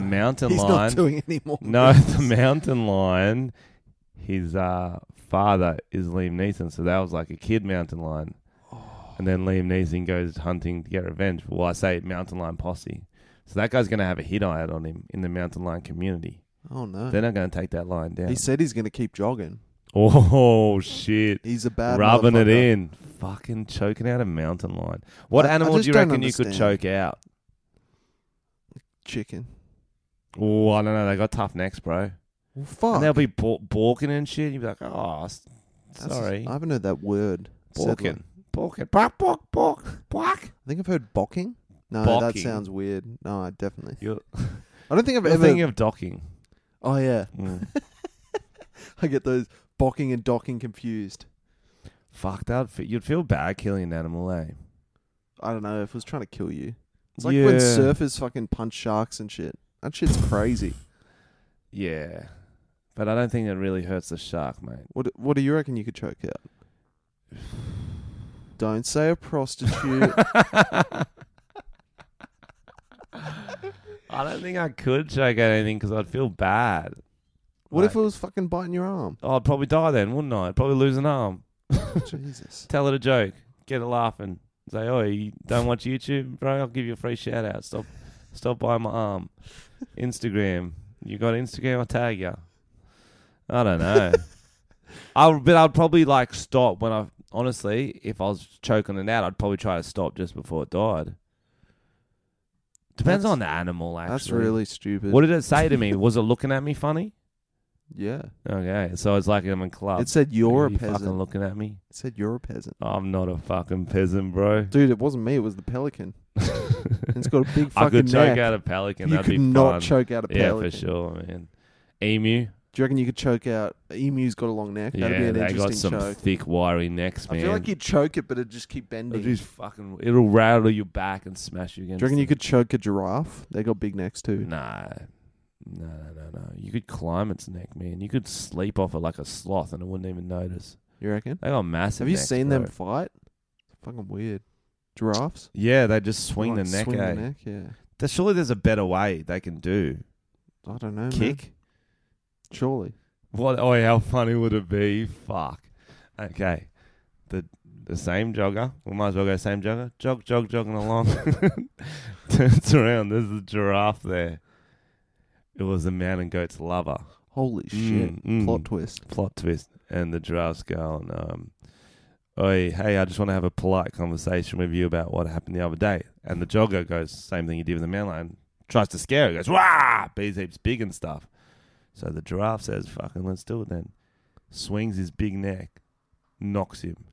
mountain he's lion. not doing any more. no, the mountain lion. His uh, father is Liam Neeson, so that was like a kid mountain lion. And then Liam Neeson goes hunting to get revenge. Well, I say mountain lion posse. So that guy's gonna have a hit eye out on him in the mountain lion community. Oh, no. They're not gonna take that lion down. He said he's going to keep jogging. oh shit! He's a bad Rubbing it motherfucker. in, fucking choking out a mountain lion. What I- I animal do just you don't reckon you could understand. choke out? Chicken. Oh, I don't know. They got tough necks, bro. Well, fuck. And they'll be bor- balking and shit. You'd be like, oh, s- That's- sorry. I haven't heard that word. said like- Balking. Balking. Bark, bark, bark, bark. I think I've heard bocking. No, that Bocking. sounds weird. No, I definitely. You're, I don't think I've you're ever. thinking of docking. oh yeah, Mm. I get those bocking and docking confused. Fuck, that. You'd feel bad killing an animal, eh? I don't know if it was trying to kill you. It's like when Yeah. surfers fucking punch sharks and shit. That shit's crazy. Yeah. But I don't think it really hurts the shark, mate. What What do you reckon you could choke out? Don't say a prostitute. I don't think I could choke out anything because I'd feel bad. what if it was fucking biting your arm? Oh, I'd probably die then, wouldn't I? I'd probably lose an arm. Jesus. tell it a joke, get it laughing. Say, oh, you don't watch YouTube, bro? I'll give you a free shout out. Stop, Stop by my arm. Instagram. You got Instagram? I'll tag you. I don't know. I would- but I'd probably like stop when I honestly, if I was choking it out, I'd probably try to stop just before it died. Depends That's- on the animal. Actually, That's really stupid. What did it say to me? Was it looking at me funny? yeah. Okay, so it's like I'm in club. It said you're a Um, You fucking peasant. looking at me. It said you're a peasant. I'm not a fucking peasant, bro. Dude, it wasn't me. It was the pelican. it's got a big I fucking could choke neck. out a pelican. you That'd could be not fun. choke out a yeah, pelican. for sure, man. Emu. Do you reckon you could choke out? Emu's got a long neck. That'd yeah, be an they interesting got some choke. thick, wiry necks, man. I feel like you'd choke it, but it'd just keep bending. It'll just fucking, it'll rattle your back and smash you against. Do you reckon the- you could choke a giraffe? They got big necks too. Nah, no, no, no, no. You could climb its neck, man. You could sleep off it like a sloth, and it wouldn't even notice. You reckon? They got massive. Have you necks, seen them bro. fight? It's fucking weird. Giraffes Yeah, they just swing Like, the neck. Swing eh? the neck. Yeah. There- Surely there's a better way they can do. I don't know. man. Kick. Surely. What? Oh, how funny would it be? Fuck. Okay. The the same jogger. We might as well go same jogger. Jog, jog, jogging along. Turns around. There's a giraffe there. It was the mountain goat's lover. Holy shit. Mm, mm. Plot twist. Plot twist. And the giraffe's going, um, Oi, hey, I just want to have a polite conversation with you about what happened the other day. And the jogger goes, same thing you did with the mountain lion. Tries to scare her. Goes, wah! Bees heaps big and stuff. So the giraffe says, fucking let's do it then. Swings his big neck. Knocks him.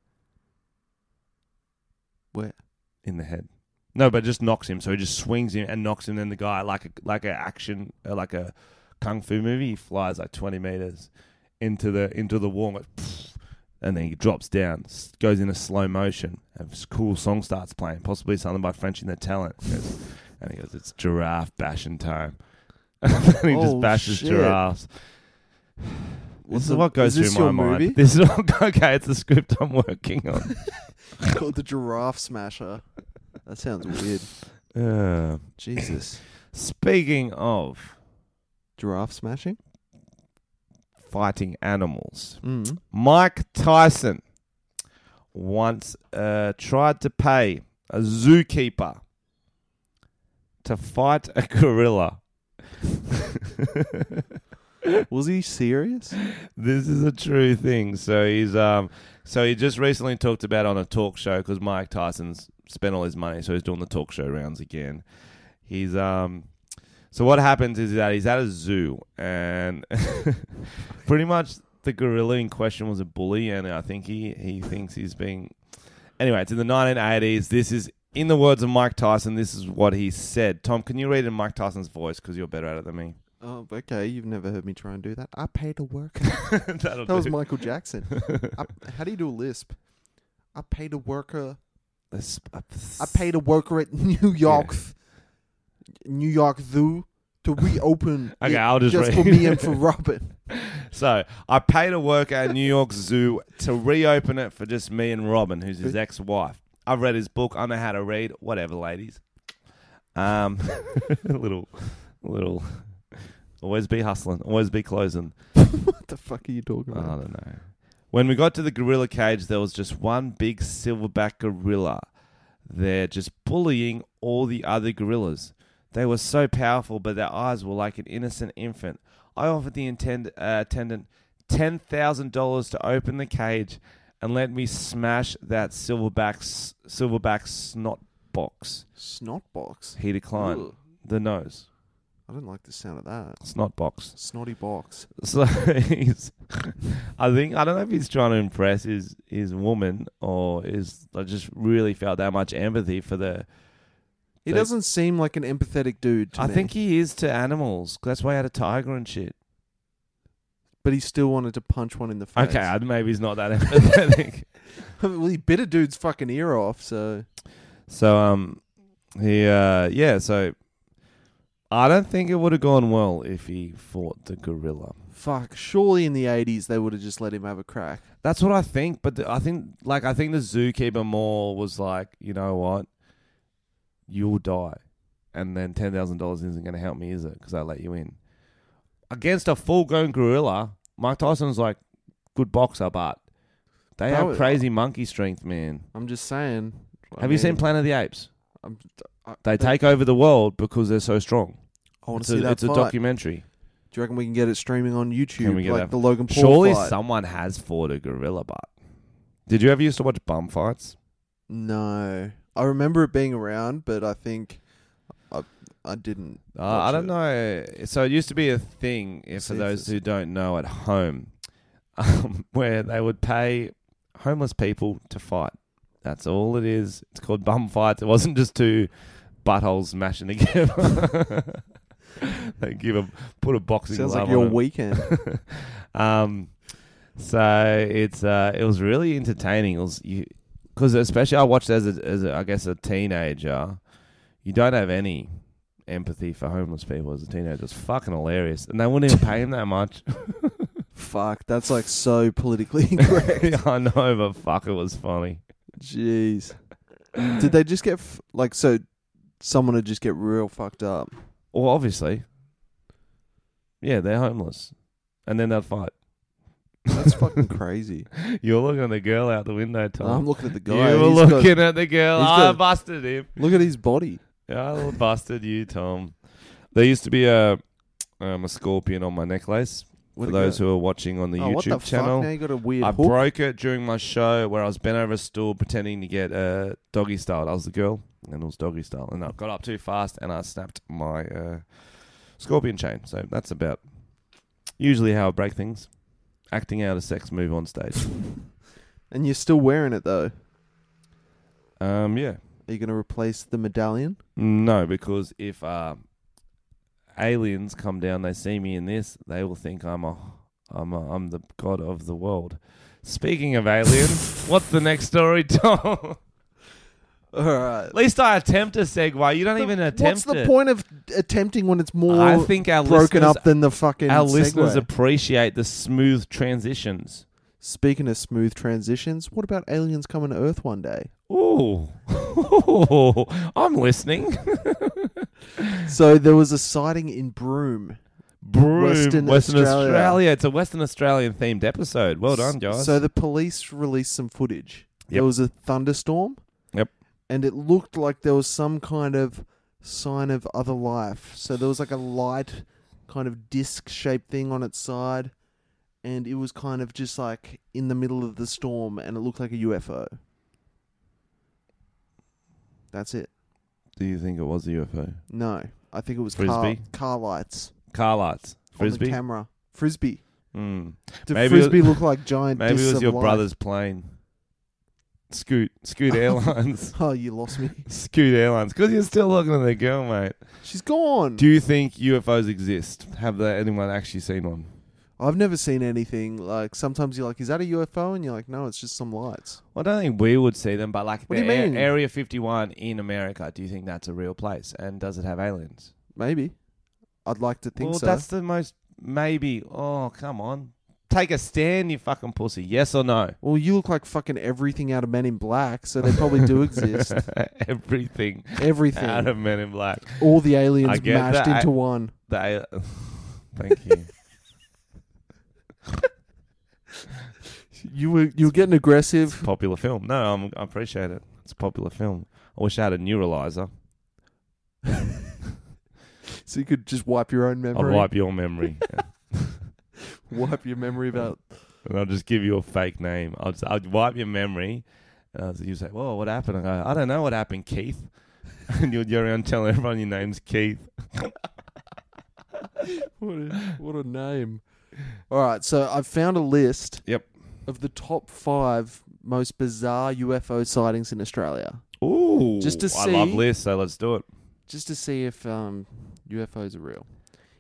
Where? In the head. No, but just knocks him. So he just swings him and knocks him. Then the guy, like a, like a action, uh, like a kung fu movie, he flies like 20 meters into the into the wall. And, goes, "Pff," and then he drops down, s- goes into slow motion. And this cool song starts playing, possibly something by French in the Talent. He goes- and he goes, it's giraffe bashing time. and he Oh, just bashes shit. giraffes. What's this the- is what goes is this through your my movie? mind. This is what, okay. It's the script I'm working on. Called the giraffe smasher. That sounds weird. Uh, Jesus. speaking of Giraffe smashing? fighting animals, Mm. Mike Tyson once uh, tried to pay a zookeeper to fight a gorilla. Was he serious? This is a true thing. So he's um, so he just recently talked about on a talk show because Mike Tyson's spent all his money, so he's doing the talk show rounds again. He's um, so what happens is that he's at a zoo and pretty much the gorilla in question was a bully, and I think he he thinks he's being. Anyway, it's in the 1980s. This is. In the words of Mike Tyson, this is what he said. Tom, can you read in Mike Tyson's voice? Because you're better at it than me. Oh, okay. You've never heard me try and do that. I pay to work. That'll That was do. Michael Jackson. I, how do you do a lisp? I paid a worker. That's- I paid a worker at New York, New York Zoo, to reopen. Okay, it I'll just read. for me and for Robert. So I paid a worker at New York Zoo to reopen it for just me and Robin, who's his ex-wife. I've read his book. I know how to read. Whatever, ladies. Um, little, little. Always be hustling. Always be closing. What the fuck are you talking I about? don't know. When we got to the gorilla cage, there was just one big silverback gorilla there, just bullying all the other gorillas. They were so powerful, but their eyes were like an innocent infant. I offered the intend- uh, attendant ten thousand dollars to open the cage and let me smash that silverback s- silverback snot box. Snot box. He declined. Ugh, The nose I don't like the sound of that. snot box. Snotty box. So he's, I think I don't know if he's trying to impress his his woman or is I just really felt that much empathy for the. He the- doesn't seem like an empathetic dude to I me, think he is to animals. That's why he had a tiger and shit. but he still wanted to punch one in the face. Okay, I- maybe he's not that empathetic. well, he bit a dude's fucking ear off, so so um, he uh yeah. So I don't think it would have gone well if he fought the gorilla. fuck. Surely in the eighties they would have just let him have a crack. That's what I think, but the, I think like I think the zookeeper more was like, you know what, you'll die, and then ten thousand dollars isn't going to help me, is it? Because I let you in against a full-grown gorilla. Mike Tyson's like good boxer, but they That have was- crazy monkey strength, man. I'm just saying. I have you seen mean, Planet of the Apes? I'm, I, They take over the world because they're so strong. I want it's to see a, that it's a fight. documentary. Do you reckon we can get it streaming on YouTube, Can we get like that- the Logan Paul Surely fight? someone has fought a gorilla butt. Did you ever used to watch bum fights? No, I remember it being around, but I think I I didn't. Uh, I Watch don't know. So it used to be a thing, if Let's see for if those this- who don't know at home, um, where they would pay homeless people to fight. That's all it is. It's called bum fights. It wasn't just two buttholes smashing together. they give a put a boxing Sounds glove like on your it. weekend. um, so it's uh, it was really entertaining. It was you because especially I watched as a, as a, I guess a teenager, you don't have any empathy for homeless people as a teenager. It's fucking hilarious, and they wouldn't even pay him that much. Fuck, that's like so politically incorrect. I know, but fuck, it was funny. Jeez, did they just get f- like so? Someone would just get real fucked up. Well, obviously, yeah, they're homeless, and then they'll fight. That's fucking crazy. You're looking at the girl out the window, Tom. I'm looking at the guy. you were He's got- looking at the girl. he's I got- busted him. look at his body. Yeah, I busted you, Tom. There used to be a um, a scorpion on my necklace. Where'd for it those go? who are watching on the oh, YouTube what the channel, fuck? Now you got a weird I hook. broke it during my show where I was bent over a stool pretending to get uh, doggy style. I was the girl, and it was doggy style, and I got up too fast and I snapped my uh, scorpion chain. So that's about usually how I break things. Acting out a sex move on stage. and you're still wearing it though. um, yeah. Are you going to replace the medallion? No, because if uh, aliens come down, they see me in this, they will think I'm a, I'm a, I'm the god of the world. Speaking of aliens, what's the next story, Tom? All right. At least I attempt a segue. You don't The- even attempt What's the it. point of attempting when it's more I think our broken listeners, up than the fucking our segue? listeners appreciate the smooth transitions. Speaking of smooth transitions, what about aliens coming to Earth one day? Ooh, I'm listening. So there was a sighting in Broome. Broom, Western, Western Australia. Australia. It's a Western Australian themed episode. Well done, guys. So the police released some footage. Yep. There was a thunderstorm. Yep. And it looked like there was some kind of sign of other life. So there was like a light kind of disc shaped thing on its side. And it was kind of just like in the middle of the storm and it looked like a UFO. That's it. Do you think it was a UFO? No. I think it was car, Frisbee? car lights Car lights. on the Frisbee. camera. Frisbee. Mm. Did Maybe it- Frisbee look like giant Maybe discs it was of your light? brother's plane. Scoot. Scoot Airlines. Oh, you lost me. Scoot Airlines. Because you're still looking at the girl, mate. She's gone. Do you think UFOs exist? Have they, anyone actually seen one? I've never seen anything like. Sometimes you're like, "Is that a UFO?" And you're like, "No, it's just some lights." Well, I don't think we would see them, but like What the do you A- mean? Area 51 in America, do you think that's a real place? And does it have aliens? Maybe. I'd like to think well, so. that's the most maybe. Oh, come on. Take a stand, you fucking pussy. Yes or no? Well, you look like fucking everything out of Men in Black, so they probably do exist. Everything out Everything, of Men in Black. all the I aliens get mashed that. into one. They, thank you. You were you were getting aggressive. popular film. No, I'm, I appreciate it. It's a popular film. I wish I had a neuralizer. So you could just wipe your own memory, I'd wipe your memory wipe your memory about. and I'll just give you a fake name. I'll, just, I'll wipe your memory. And I'll, you say, "Whoa, what happened?" I go, "I don't know what happened, Keith." and you'll go around telling everyone your name's Keith. What a, what a name! All right, so I've found a list. Yep. Of the top five most bizarre UFO sightings in Australia. Ooh, Just to I love see- lists, so let's do it. just to see if um, UFOs are real.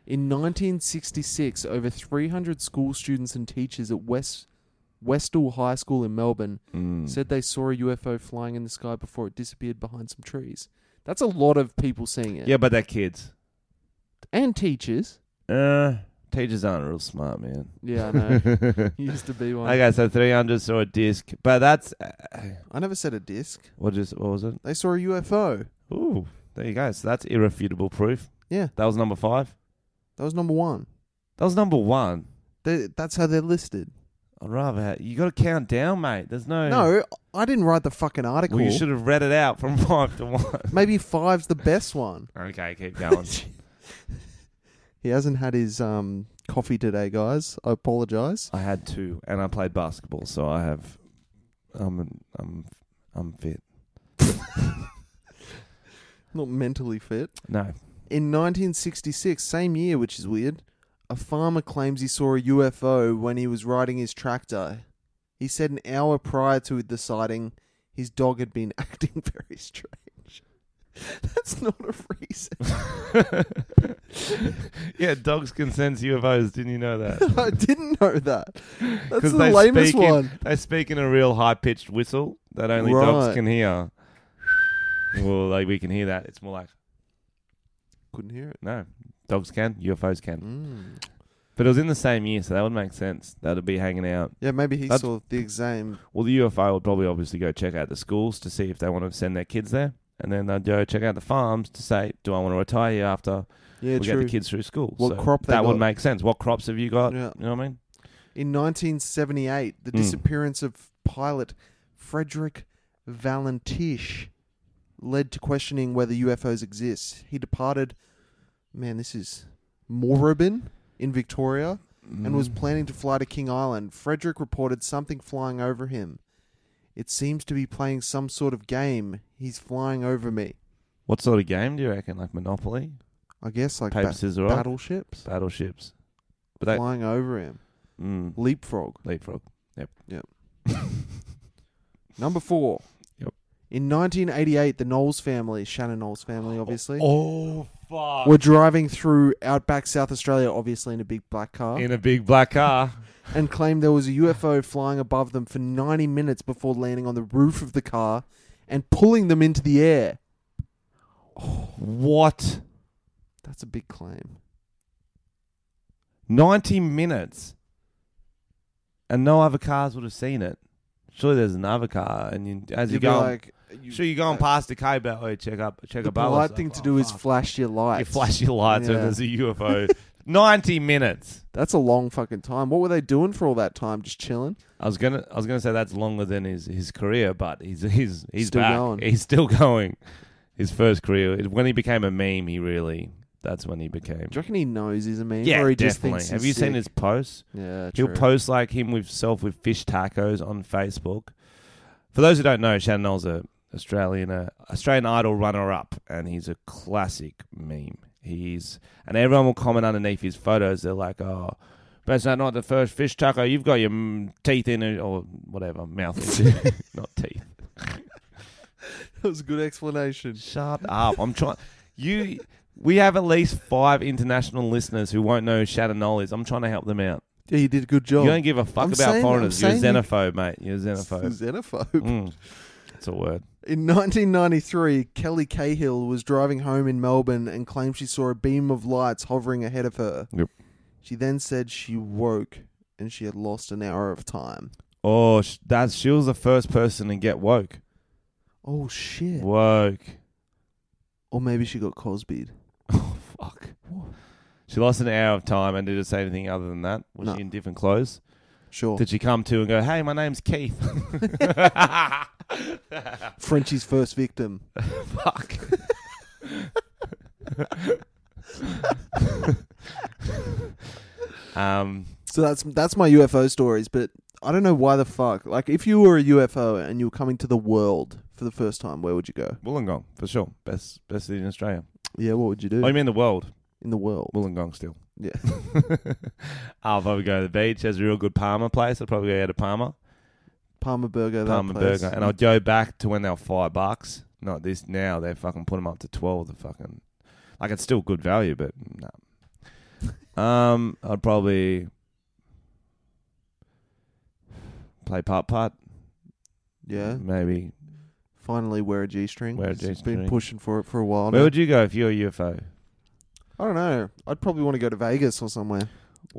In 1966, over 300 school students and teachers at West Westall High School in Melbourne Hmm. Mm. said they saw a UFO flying in the sky before it disappeared behind some trees. That's a lot of people seeing it. Yeah, but they're kids. And teachers. Uh, teachers aren't real smart, man. Yeah, I know. You used to be one. okay, so 300 saw a disc, but that's uh, I never said a disc. what just what was it? They saw a UFO. Ooh, there you go. So that's irrefutable proof. Yeah. That was number five. That was number one. That was number one. They, that's how they're listed. I'd rather have, you got to count down, mate. There's no No, I didn't write the fucking article. Oh, Well, you should have read it out from five to one. Maybe five's the best one. okay, keep going. He hasn't had his um, coffee today, guys. I apologize. I had two, and I played basketball, so I have. I'm I'm I'm fit. Not mentally fit. No, In 1966, same year, which is weird, a farmer claims he saw a UFO when he was riding his tractor. He said an hour prior to the sighting, his dog had been acting very strange. That's not a reason. yeah, dogs can sense UFOs. Didn't you know that? I didn't know that. That's 'Cause the they lamest speak in- one. They speak in a real high pitched whistle that only dogs Right. can hear. well, like we can hear that. It's more like Couldn't hear it. no, dogs can, UFOs can. Mm. But it was in the same year, so that would make sense. That'd be hanging out. Yeah, maybe he That's- saw the exam. Well, the UFO would probably obviously go check out the schools to see if they want to send their kids there. And then they'd go check out the farms to say, do I want to retire you after Yeah, we true. get the kids through school? What crop they That would got. make sense. What crops have you got? Yeah. You know what I mean? In 1978, the Mm. disappearance of pilot Frederick Valentish led to questioning whether UFOs exist. He departed, man, this is Moorabbin in Victoria, and Hmm. was Mm. planning to fly to King Island. Frederick reported something flying over him. It seems to be playing some sort of game. He's flying over me. What sort of game do you reckon? Like Monopoly? I guess like Paper, ba- scissors, rock? battleships Battleships. But they, flying over him. mm, Leapfrog. leapfrog. Number four. Yep. In 1988, the Knowles family, Shannon Knowles family, obviously, Oh, fuck. were driving through outback South Australia, obviously in a big black car, In a big black car. and claimed there was a UFO flying above them for 90 minutes before landing on the roof of the car and pulling them into the air. what? That's a big claim. 90 minutes. And no other cars would have seen it. Surely there's another car. And you, as you You'd be go, like, you- Sure, you're going uh, past the K belt. Hey, oh, check up, check The a balance. polite thing to do is flash your lights. oh, You flash your lights Yeah. when there's a UFO. Ninety minutes. That's a long fucking time. What were they doing for all that time? Just chilling? I was gonna, I was gonna say that's longer than his his career, but he's he's he's Still back. going. He's still going. His first career when he became a meme, he really. That's when he became. Do you reckon he knows he's a meme? Yeah, or he just definitely. thinks Have he's you seen sick? his posts? Yeah, He'll true. post like him with self with fish tacos on Facebook. For those who don't know, Shannon Knoll's a Australian uh, Australian Idol runner up, and he's a classic meme. He's and everyone will comment underneath his photos. They're like, "Oh, but it's not, not the first fish taco you've got your mm, teeth in it or whatever mouth, into." not teeth." That was a good explanation. Shut up! I'm trying. You, we have at least five international listeners who won't know who Shannon Knoll is. I'm trying to help them out. Yeah, you did a good job. You don't give a fuck I'm about saying- foreigners. You're I'm a saying you- xenophobe, mate. You're a xenophobe. Xenophobe. Mm. It's a word. In 1993, Kelly Cahill was driving home in Melbourne and claimed she saw a beam of lights hovering ahead of her. Yep. She then said she woke and she had lost an hour of time. Oh, sh- that she was the first person to get woke. Oh shit! Woke. Or maybe she got Cosby'd. Oh fuck. She lost an hour of time and did it say anything other than that? Was No. she in different clothes? Sure. Did she come to and go, "Hey, my name's Keith"? Frenchie's first victim. fuck. um. So that's that's my UFO stories, but I don't know why the fuck. Like, if you were a UFO and you were coming to the world for the first time, where would you go? Wollongong for sure, best best city in Australia. Yeah, what would you do Oh, you mean the world? in the world? Wollongong still. Yeah. Oh, I'll probably go to the beach. There's a real good Palmer place. I'll probably go out to Palmer, Palmer burger. that Palmer place. burger, and I'll go back to when they were five bucks. Not this now. They fucking put them up to twelve. The fucking like it's still good value, but no. um, I'd probably play putt putt. yeah. maybe. Finally, wear a g-string. Mm-hmm. Wear a It's Been G-string. pushing for it for a while. Where now. would you go if you're a UFO? I don't know. I'd probably want to go to Vegas or somewhere.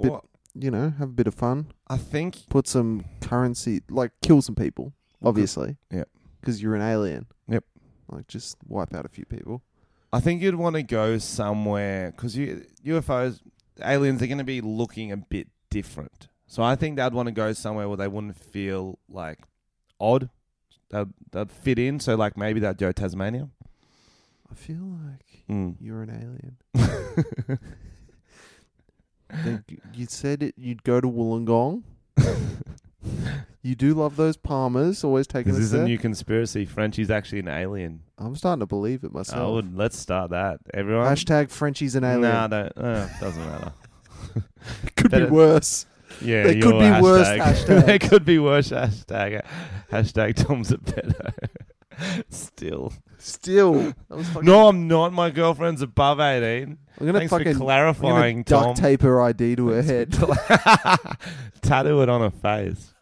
Bit- Well, You know, have a bit of fun. I think Put some currency, like kill some people, obviously. Yeah. Because you're an alien. Yep. Like just wipe out a few people. I think you'd want to go somewhere because you UFOs, aliens, they're going to be looking a bit different. So I think they'd want to go somewhere where they wouldn't feel like odd. They'd, they'd fit in. So like maybe they'd go Tasmania. I feel like Mm. you're an alien. Think- you said it, you'd go to Wollongong. you do love those Palmers, always taking This us is a there. new conspiracy. Frenchie's actually an alien. I'm starting to believe it I myself. would let's start that. Everyone. Hashtag Frenchie's an alien. Nah, don't. Uh, doesn't matter. could that be it- worse. Yeah, There your could be worse hashtag. there hashtags. could be worse hashtag. Hashtag Tom's a pedo. Still. Still, that was fucking, No, I'm not. My girlfriend's above 18. I'm gonna Thanks for fucking I'm gonna clarifying, Tom. duct tape her ID to her head. Tattoo it on her face.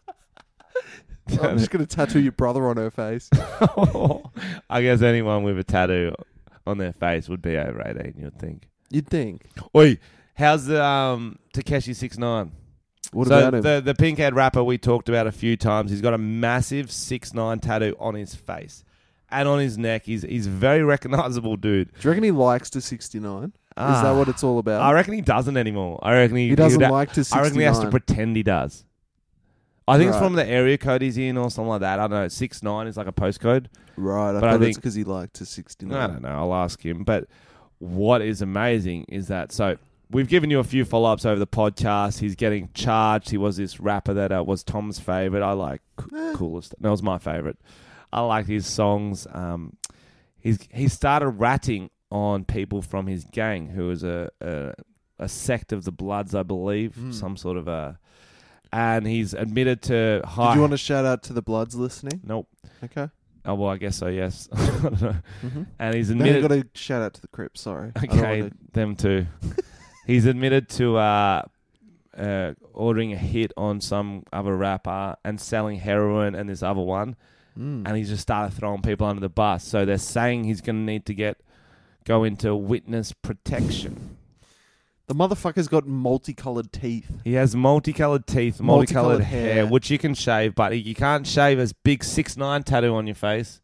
I'm just gonna tattoo your brother on her face. I guess anyone with a tattoo on their face would be over 18, you'd think. You'd think. Oi, how's the um, Takeshi 69? What so about him? the the pink head rapper we talked about a few times. He's got a massive six nine tattoo on his face and on his neck. He's he's a very recognizable dude. Ah, Do you reckon he likes to 69? Is that what it's all about? I reckon he doesn't anymore. I reckon he, he doesn't he'd ha- like to 69. I reckon he has to pretend he does. I think it's Right. from the area code he's in or something like that. I don't know. Six nine is like a postcode. right, I but I thought it's think- because he liked to I 69. don't know. I'll ask him. But what is amazing is that so we've given you a few follow ups over the podcast. He's getting charged. He was this rapper that uh, was Tom's favorite. I like Eh. c- coolest. That was my favorite. I liked his songs. Um, he's he started ratting on people from his gang, who is a a, a sect of the Bloods, I believe, Hmm. some sort of a. And he's admitted to high. Did you want to shout out to the Bloods listening? Nope. Okay. Oh well, I guess so. Yes. I don't know. Mm-hmm. And he's Now you admitted. got to shout out to the Crips, sorry. I don't Okay, wanna- them too. He's admitted to uh, uh, ordering a hit on some other rapper and selling heroin and this other one, Mm. and he's just started throwing people under the bus. So they're saying he's going to need to get go into witness protection. The motherfucker's got multicolored teeth. He has multicolored teeth, multicolored, Multicolored hair, hair. which you can shave, but you can't shave as big six nine tattoo on your face.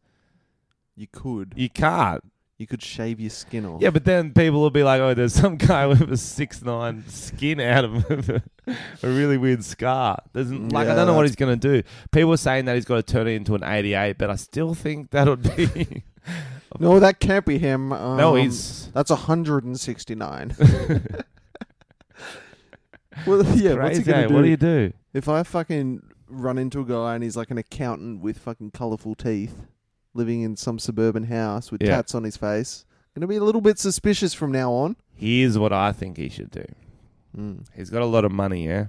You could. You can't. You could shave your skin off. Yeah, but then people will be like, "Oh, there's some guy with a six nine skin out of him, a really weird scar." There's like I Yeah, don't know what that's- he's gonna do. People are saying that he's got to turn it into an 88, but I still think that would be No, that can't be him. Um, no. He's That's 169. well, yeah, what's he crazy. eh? going to do? What do you do? If I fucking run into a guy and he's like an accountant with fucking colourful teeth, living in some suburban house with Yeah. tats on his face, gonna be a little bit suspicious from now on. Here's what I think he should do. Mm, He's got a lot of money. Yeah,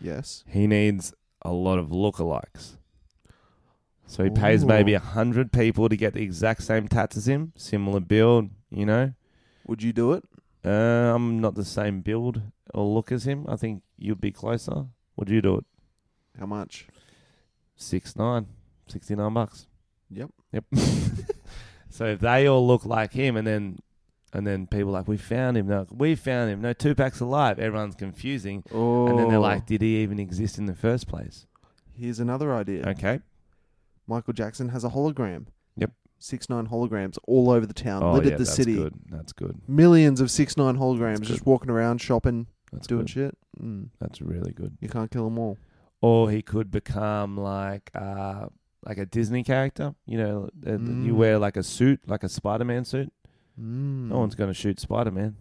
yes. he needs a lot of lookalikes. So he pays Ooh. maybe a hundred people to get the exact same tats as him, similar build. You know. Would you do it? Uh, I'm not the same build or look as him. I think you'd be closer. Would you do it? How much? Six nine. Sixty nine bucks. Yep. Yep. so if they all look like him and then and then people like, We found him, no we found him, no two packs alive, everyone's confusing. Oh. And then they're like, Did he even exist in the first place? here's another idea. Okay. Michael Jackson has a hologram. Yep. Six nine holograms all over the town, oh littered yeah, Um, the that's city. good. That's good. Millions of six nine holograms That's just walking around shopping, That's doing good. shit. Mm, That's really good. you can't kill them all. Or he could become like uh like a Disney character, you know, uh, you Mm. wear like a suit, like a Spider-Man suit. Mm. No one's going to shoot Spider Man.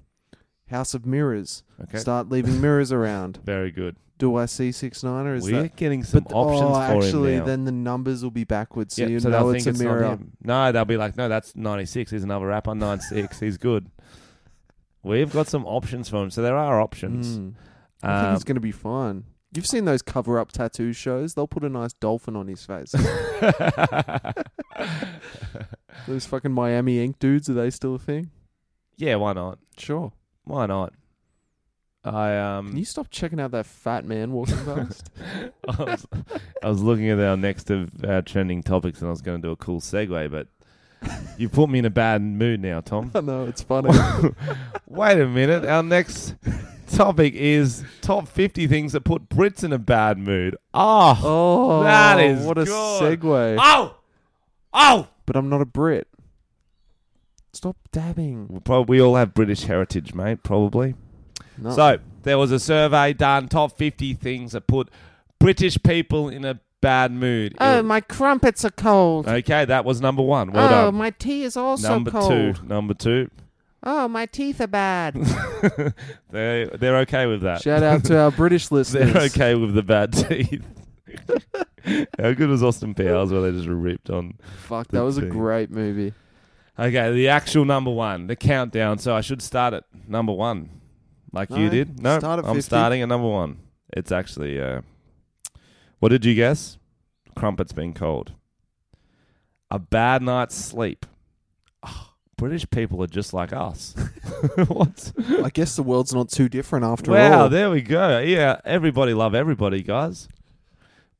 House of Mirrors. Okay. Start leaving mirrors around. Very good. Do I see six nine or is We're that? getting some options oh, for actually, him now. then the numbers will be backwards, so Yep, you so know they'll it's think a it's not mirror. him. No, they'll be like, no, that's 96. He's another rapper. 96. He's good. We've got some options for him. So there are options. Mm. I think Um, it's going to be fine. You've seen those cover-up tattoo shows? They'll put a nice dolphin on his face. Um, those fucking Miami Ink dudes are they still a thing? yeah, why not? Sure. Why not? I um Can you stop checking out that fat man walking past? I was, I was looking at our next of our trending topics and I was going to do a cool segue, but you put me in a bad mood now, Tom. I know it's funny. Wait a minute. Our next topic is top 50 things that put Brits in a bad mood. Oh. Oh, That is what a good. segue. Oh. Oh. But I'm not a Brit. Stop dabbing. We, probably, we all have British heritage, mate, probably. Oh. No. So, there was a survey done, top 50 things that put British people in a bad mood. Oh, Ill- my crumpets are cold. Okay, that was number one. Well oh, done. my tea is also number cold. two. Number two. Oh, my teeth are bad. they they're okay with that. Shout out to our British listeners. They're okay with the bad teeth. How good was Austin Powers where they just ripped on? Fuck, that was a great movie. Okay, the actual number one, the countdown. So I should start at number one, like you No, did. No, start at I'm 50. starting at number one. It's actually. Uh, what did you guess? Crumpets being cold. A bad night's sleep. Ah, British people are just like us. what? I guess the world's not too different after Wow, all. there we go. Yeah, everybody love everybody, guys.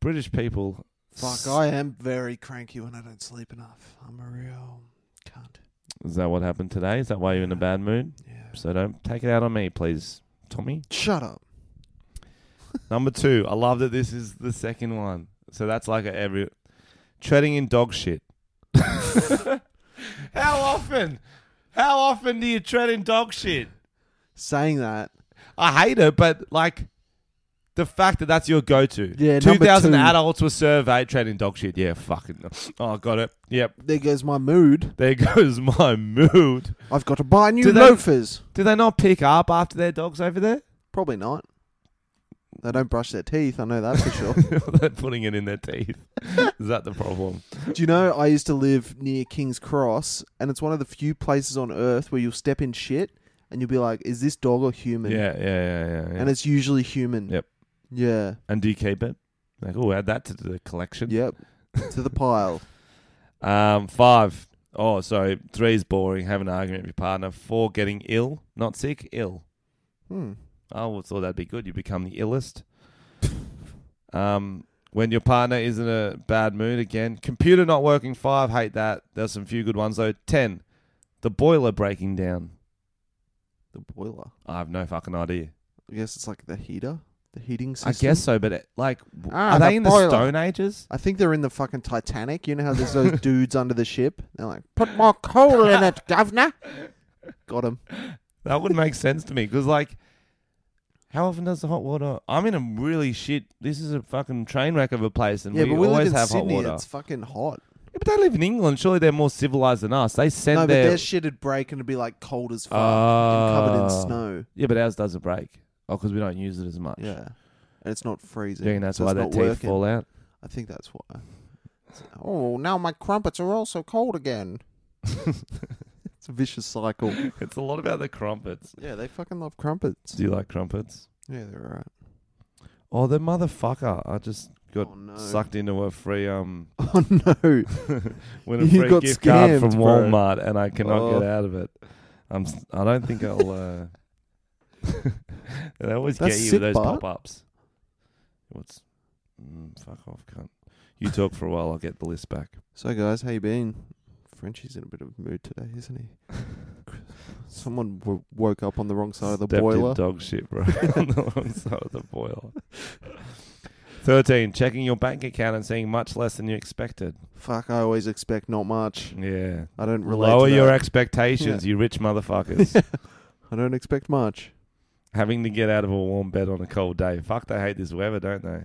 British people. Fuck, I am very cranky when I don't sleep enough. I'm a real cunt. Is that what happened today? Is that why you're in a bad mood? Yeah. So don't take it out on me, please, Tommy. Shut up. Number two. I love that this is the second one. So that's like a every treading in dog shit. How often? How often do you tread in dog shit? Saying that, I hate it, but like the fact that that's your go-to. Yeah, two number thousand two. adults were surveyed treading dog shit. Yeah, fucking. Oh, got it. Yep, there goes my mood. there goes my mood. I've got to buy new Do they- loafers. Do they not pick up after their dogs over there? Probably not. They don't brush their teeth. I know that for sure. They're putting it in their teeth. Is that the problem? Do you know I used to live near King's Cross, and it's one of the few places on earth where you'll step in shit and you'll be like, "Is this dog or human?" Yeah, yeah, yeah, yeah. yeah. And it's usually human. Yep. Yeah. and do you keep it? Like, oh, add that to the collection. Yep. to the pile. Um, five. Oh, sorry. Three is boring. Have an argument with your partner. Four, getting ill. Not sick, ill. Hmm. I always thought Oh, that'd be good. You become the illest. um, when your partner is in a bad mood again. Computer not working. Five. Hate that. There's some few good ones though. Ten. The boiler breaking down. The boiler. I have no fucking idea. I guess it's like the heater, the heating system. I guess so, but it, like, w- Ah, are the they in boiler. the Stone Ages? I think they're in the fucking Titanic. You know how there's those dudes under the ship? They're like, Put more coal in it, governor. got him. That would make sense to me because, like, how often does the hot water? I'm in a really shit. This is a fucking train wreck of a place, and yeah, we, but we always live in have Sydney. hot water. It's fucking hot. Yeah, but they live in England. Surely they're more civilized than us. They send no, but their their shit would break and it'd be like cold as fuck and covered in Ah. snow. Yeah, but ours doesn't break. Oh, because we don't use it as much. Yeah. And it's not freezing. Do you think that's so why it's their not teeth working. fall out? I think that's why. It's- Oh, now my crumpets are also cold again. It's a vicious cycle. it's a lot about the crumpets. Yeah, they fucking love crumpets. Do you like crumpets? Yeah, they're alright. Oh, the motherfucker! I just got Oh, no. sucked into a free um, Oh no. win a You free got gift card from scammed, bro. Walmart, and I cannot Oh. get out of it. I'm. s- I don't think I'll. uh They always That's get you sick, with those Bart. pop-ups. What's? Mm, fuck off, cunt! You talk for a while. I'll get the list back. So guys, how you been? Frenchie's in a bit of a mood today, isn't he? Someone w- woke up on the wrong side of the Stepped in boiler. dog shit, bro. on the wrong side of the boiler. 13. Checking your bank account and seeing much less than you expected. Fuck, I always expect not much. Yeah. I don't relate. Lower to your that. expectations, you rich motherfuckers. I don't expect much. Having to get out of a warm bed on a cold day. Fuck, they hate this weather, don't they?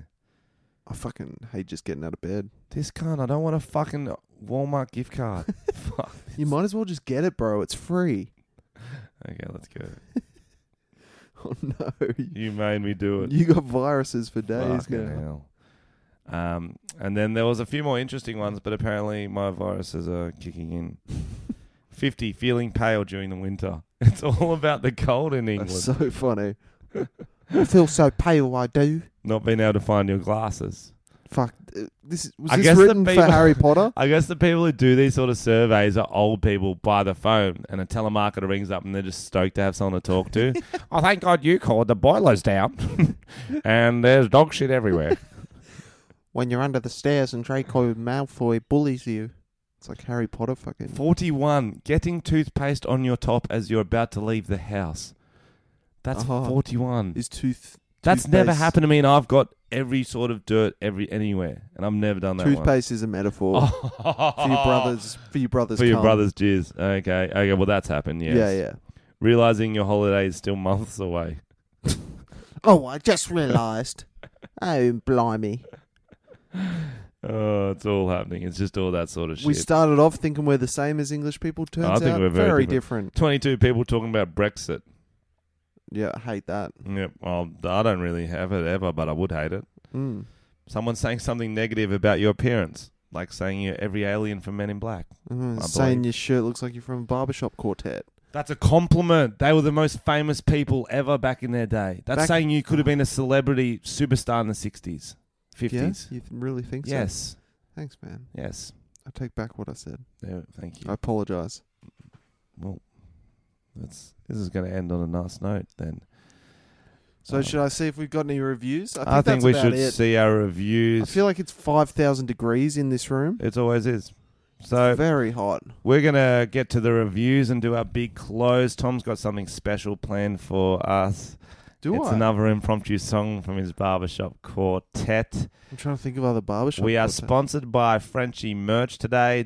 I fucking hate just getting out of bed. This cunt, I don't want a fucking Walmart gift card. Fuck. You might as well just get it, bro. It's free. Okay, let's go. Oh no. You made me do it. You got viruses for days Fucking now. hell. Um, and then there was a few more interesting ones, but apparently my viruses are kicking in. 50, feeling pale during the winter. It's all about the cold in England. That's so funny. I feel so pale. I do. Not being able to find your glasses. Fuck. uh, This is- was I this guess the written for people- Harry Potter? I guess the people who do these sort of surveys are old people by the phone, and a telemarketer rings up and they're just stoked to have someone to talk to. oh, thank God you called. The boiler's down, and there's dog shit everywhere. When you're under the stairs and Draco Malfoy bullies you, it's like Harry Potter. Fucking 41. Getting toothpaste on your top as you're about to leave the house. That's Oh. 41. is tooth. That's never toothpaste- happened to me, and I've got every sort of dirt every anywhere, and I've never done that one. Toothpaste is a metaphor for your brothers. Oh. For your brothers. For your cum. brother's jizz. Okay. Okay, well, that's happened, yes. Yeah, yeah. Realizing your holiday is still months away. Oh, I just realised. oh, blimey. Oh, it's all happening. It's just all that sort of shit. We started off thinking we're the same as English people. Turns I think out we're very different. 22 people talking about Brexit. Yeah, I hate that. Yep. Well, I don't really have it ever, but I would hate it. Mm. Someone saying something negative about your appearance, like saying you're every alien from Men in Black. Mm, I saying believe. your shirt looks like you're from a barbershop quartet. That's a compliment. They were the most famous people ever back in their day. That's Back- saying you could have been a celebrity superstar in the 60s, 50s. Yes, you th- really think so? Yes. Thanks, man. Yes. I take back what I said. There, thank you. I apologise. well, that's, this is going to end on a nice note then. So Uh, should I see if we've got any reviews? I think, I think that's we about should it. see our I reviews. feel like it's five thousand degrees in this room. it always is. So It's very hot. We're going to get to the reviews and do our big close. Tom's got something special planned for us. Do it's I? another impromptu song from his barbershop quartet. I'm trying to think of other barbershop. we are quartet. sponsored by Frenchie merch today,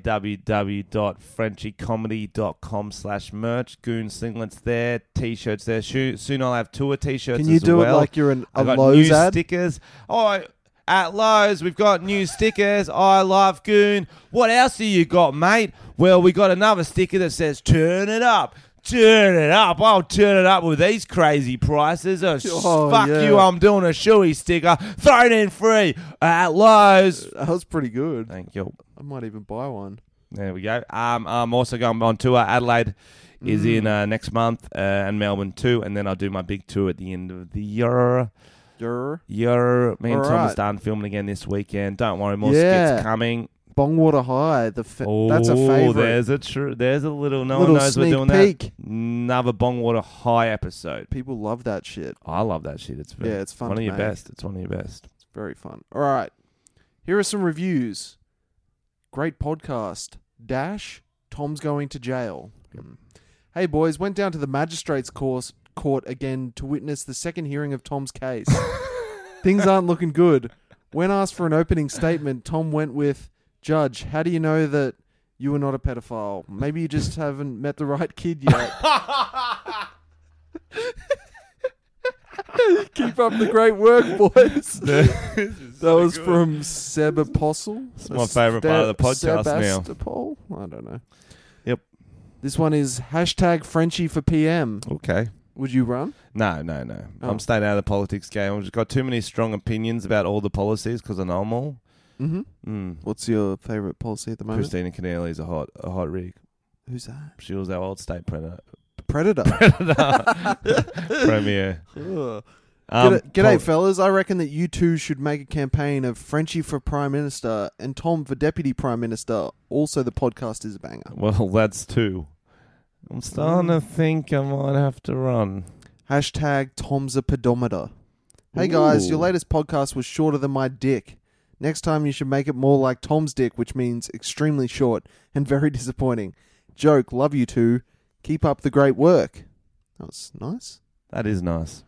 www.frenchiecomedy.com slash merch. Goon singlets there, t-shirts there. Shoo- Soon I'll have tour t-shirts Can you as do well. it like you're an, a I got Lowe's new ad? stickers. Oh, at Lowe's, we've got new stickers. I love Goon. What else do you got, mate? Well, we got another sticker that says "Turn it up." Turn it up. I'll turn it up with these crazy prices. Oh, s- Oh, fuck yeah. you. I'm doing a shoey sticker. Thrown in free at Lowe's. That was pretty good. Thank you. I might even buy one. There we go. Um, I'm also going on tour. Adelaide is in Mm. uh, next month uh, and Melbourne too. And then I'll do my big tour at the end of the year. Your Yo, me and All Tom are right. starting filming again this weekend. Don't worry, more Yeah. skits coming. Bongwater High. The fa- that's a Ooh, favorite. There's a true. There's a little. No Little one knows we're sneak doing that. peek. Another Bongwater High episode. People love that shit. I love that shit. It's very, Yeah, it's fun One to of your make. best. It's one of your best. Very fun. All right. Here are some reviews. Great podcast. Dash, Tom's going to jail. Hmm. Hey boys, went down to the magistrate's course court again to witness the second hearing of Tom's case. Things aren't looking good. When asked for an opening statement, Tom went with, "Judge, how do you know that you are not a pedophile? Maybe you just haven't met the right kid yet." Keep up the great work, boys. That was from Seb Apostle. It's my favourite part of the podcast now. I don't know. Yep. This one is hashtag Frenchie for PM. okay. Would you run? No, no, no. Oh. I'm staying out of the politics game. I've just got too many strong opinions about all the policies because I know them all. Mm-hmm. Mm. What's your favourite policy at the moment? Christina Canelli is a hot, a hot rig. Who's that? She was our old state predator. Predator. premier. Ugh. Um, G'day, g'day Paul- fellas. I reckon that you two should make a campaign of Frenchie for Prime Minister and Tom for Deputy Prime Minister. Also, the podcast is a banger. Well, that's two. I'm starting Mm. to think I might have to run. Hashtag Tom's a pedometer. Hey guys, your Ooh. latest podcast was shorter than my dick. Next time you should make it more like Tom's dick, which means extremely short and very disappointing. Joke, love you two. Keep up the great work. That was nice. That is nice.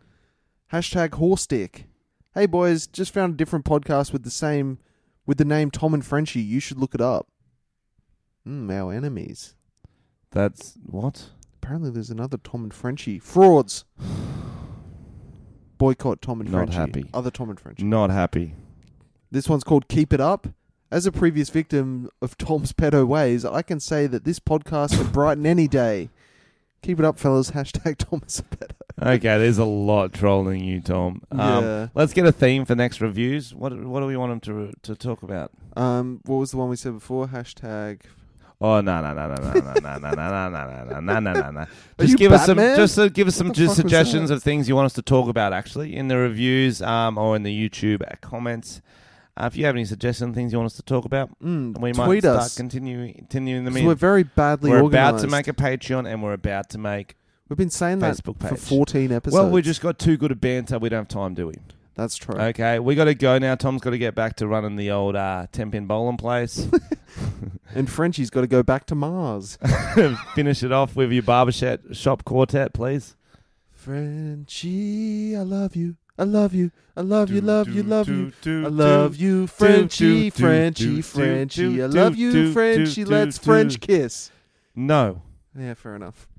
Hashtag horse dick. Hey boys, just found a different podcast with the same with the name Tom and Frenchie. You should look it up. Mm, our enemies. That's what? Apparently there's another Tom and Frenchie. Frauds. Boycott Tom and Not Frenchie. happy. Mm. Other Tom and Frenchie. Not happy. This one's called Keep It Up. As a previous victim of Tom's pedo ways, I can say that this podcast could brighten any day. Keep it up, fellas. Hashtag Thomas Pedo. Okay, there's a lot trolling you, Tom. Um, Yeah. Let's get a theme for next reviews. What What do we want them to to talk about? Um, what was the one we said before? Hashtag. Oh no no no no no no no no no no no no no no no no! you Just give us some, Batman? just uh, give us some What the just fuck was suggestions that? of things you want us to talk about, actually, in the reviews, um, or in the YouTube uh, comments. Uh, if you have any suggestions, things you want us to talk about, Mm, we might tweet start us. continuing continuing them 'Cause in. we're very badly We're organized. about to make a Patreon, and we're about to make We've been saying that Facebook for page. 14 episodes. Well, we just got too good at banter. We don't have time, do we? That's true. Okay, we got to go now. Tom's got to get back to running the old uh, ten pin bowling place. And Frenchie's got to go back to Mars. Finish it off with your barbershop shop quartet, please. Frenchie, I love you. I love you. I love you, Do, love you, do, love do, you. do, I love do. you, Frenchie, do, do, do, Frenchie, do, Frenchie. I do, love do, you, do, Frenchie. do, Let's do. French kiss. No. Yeah, fair enough.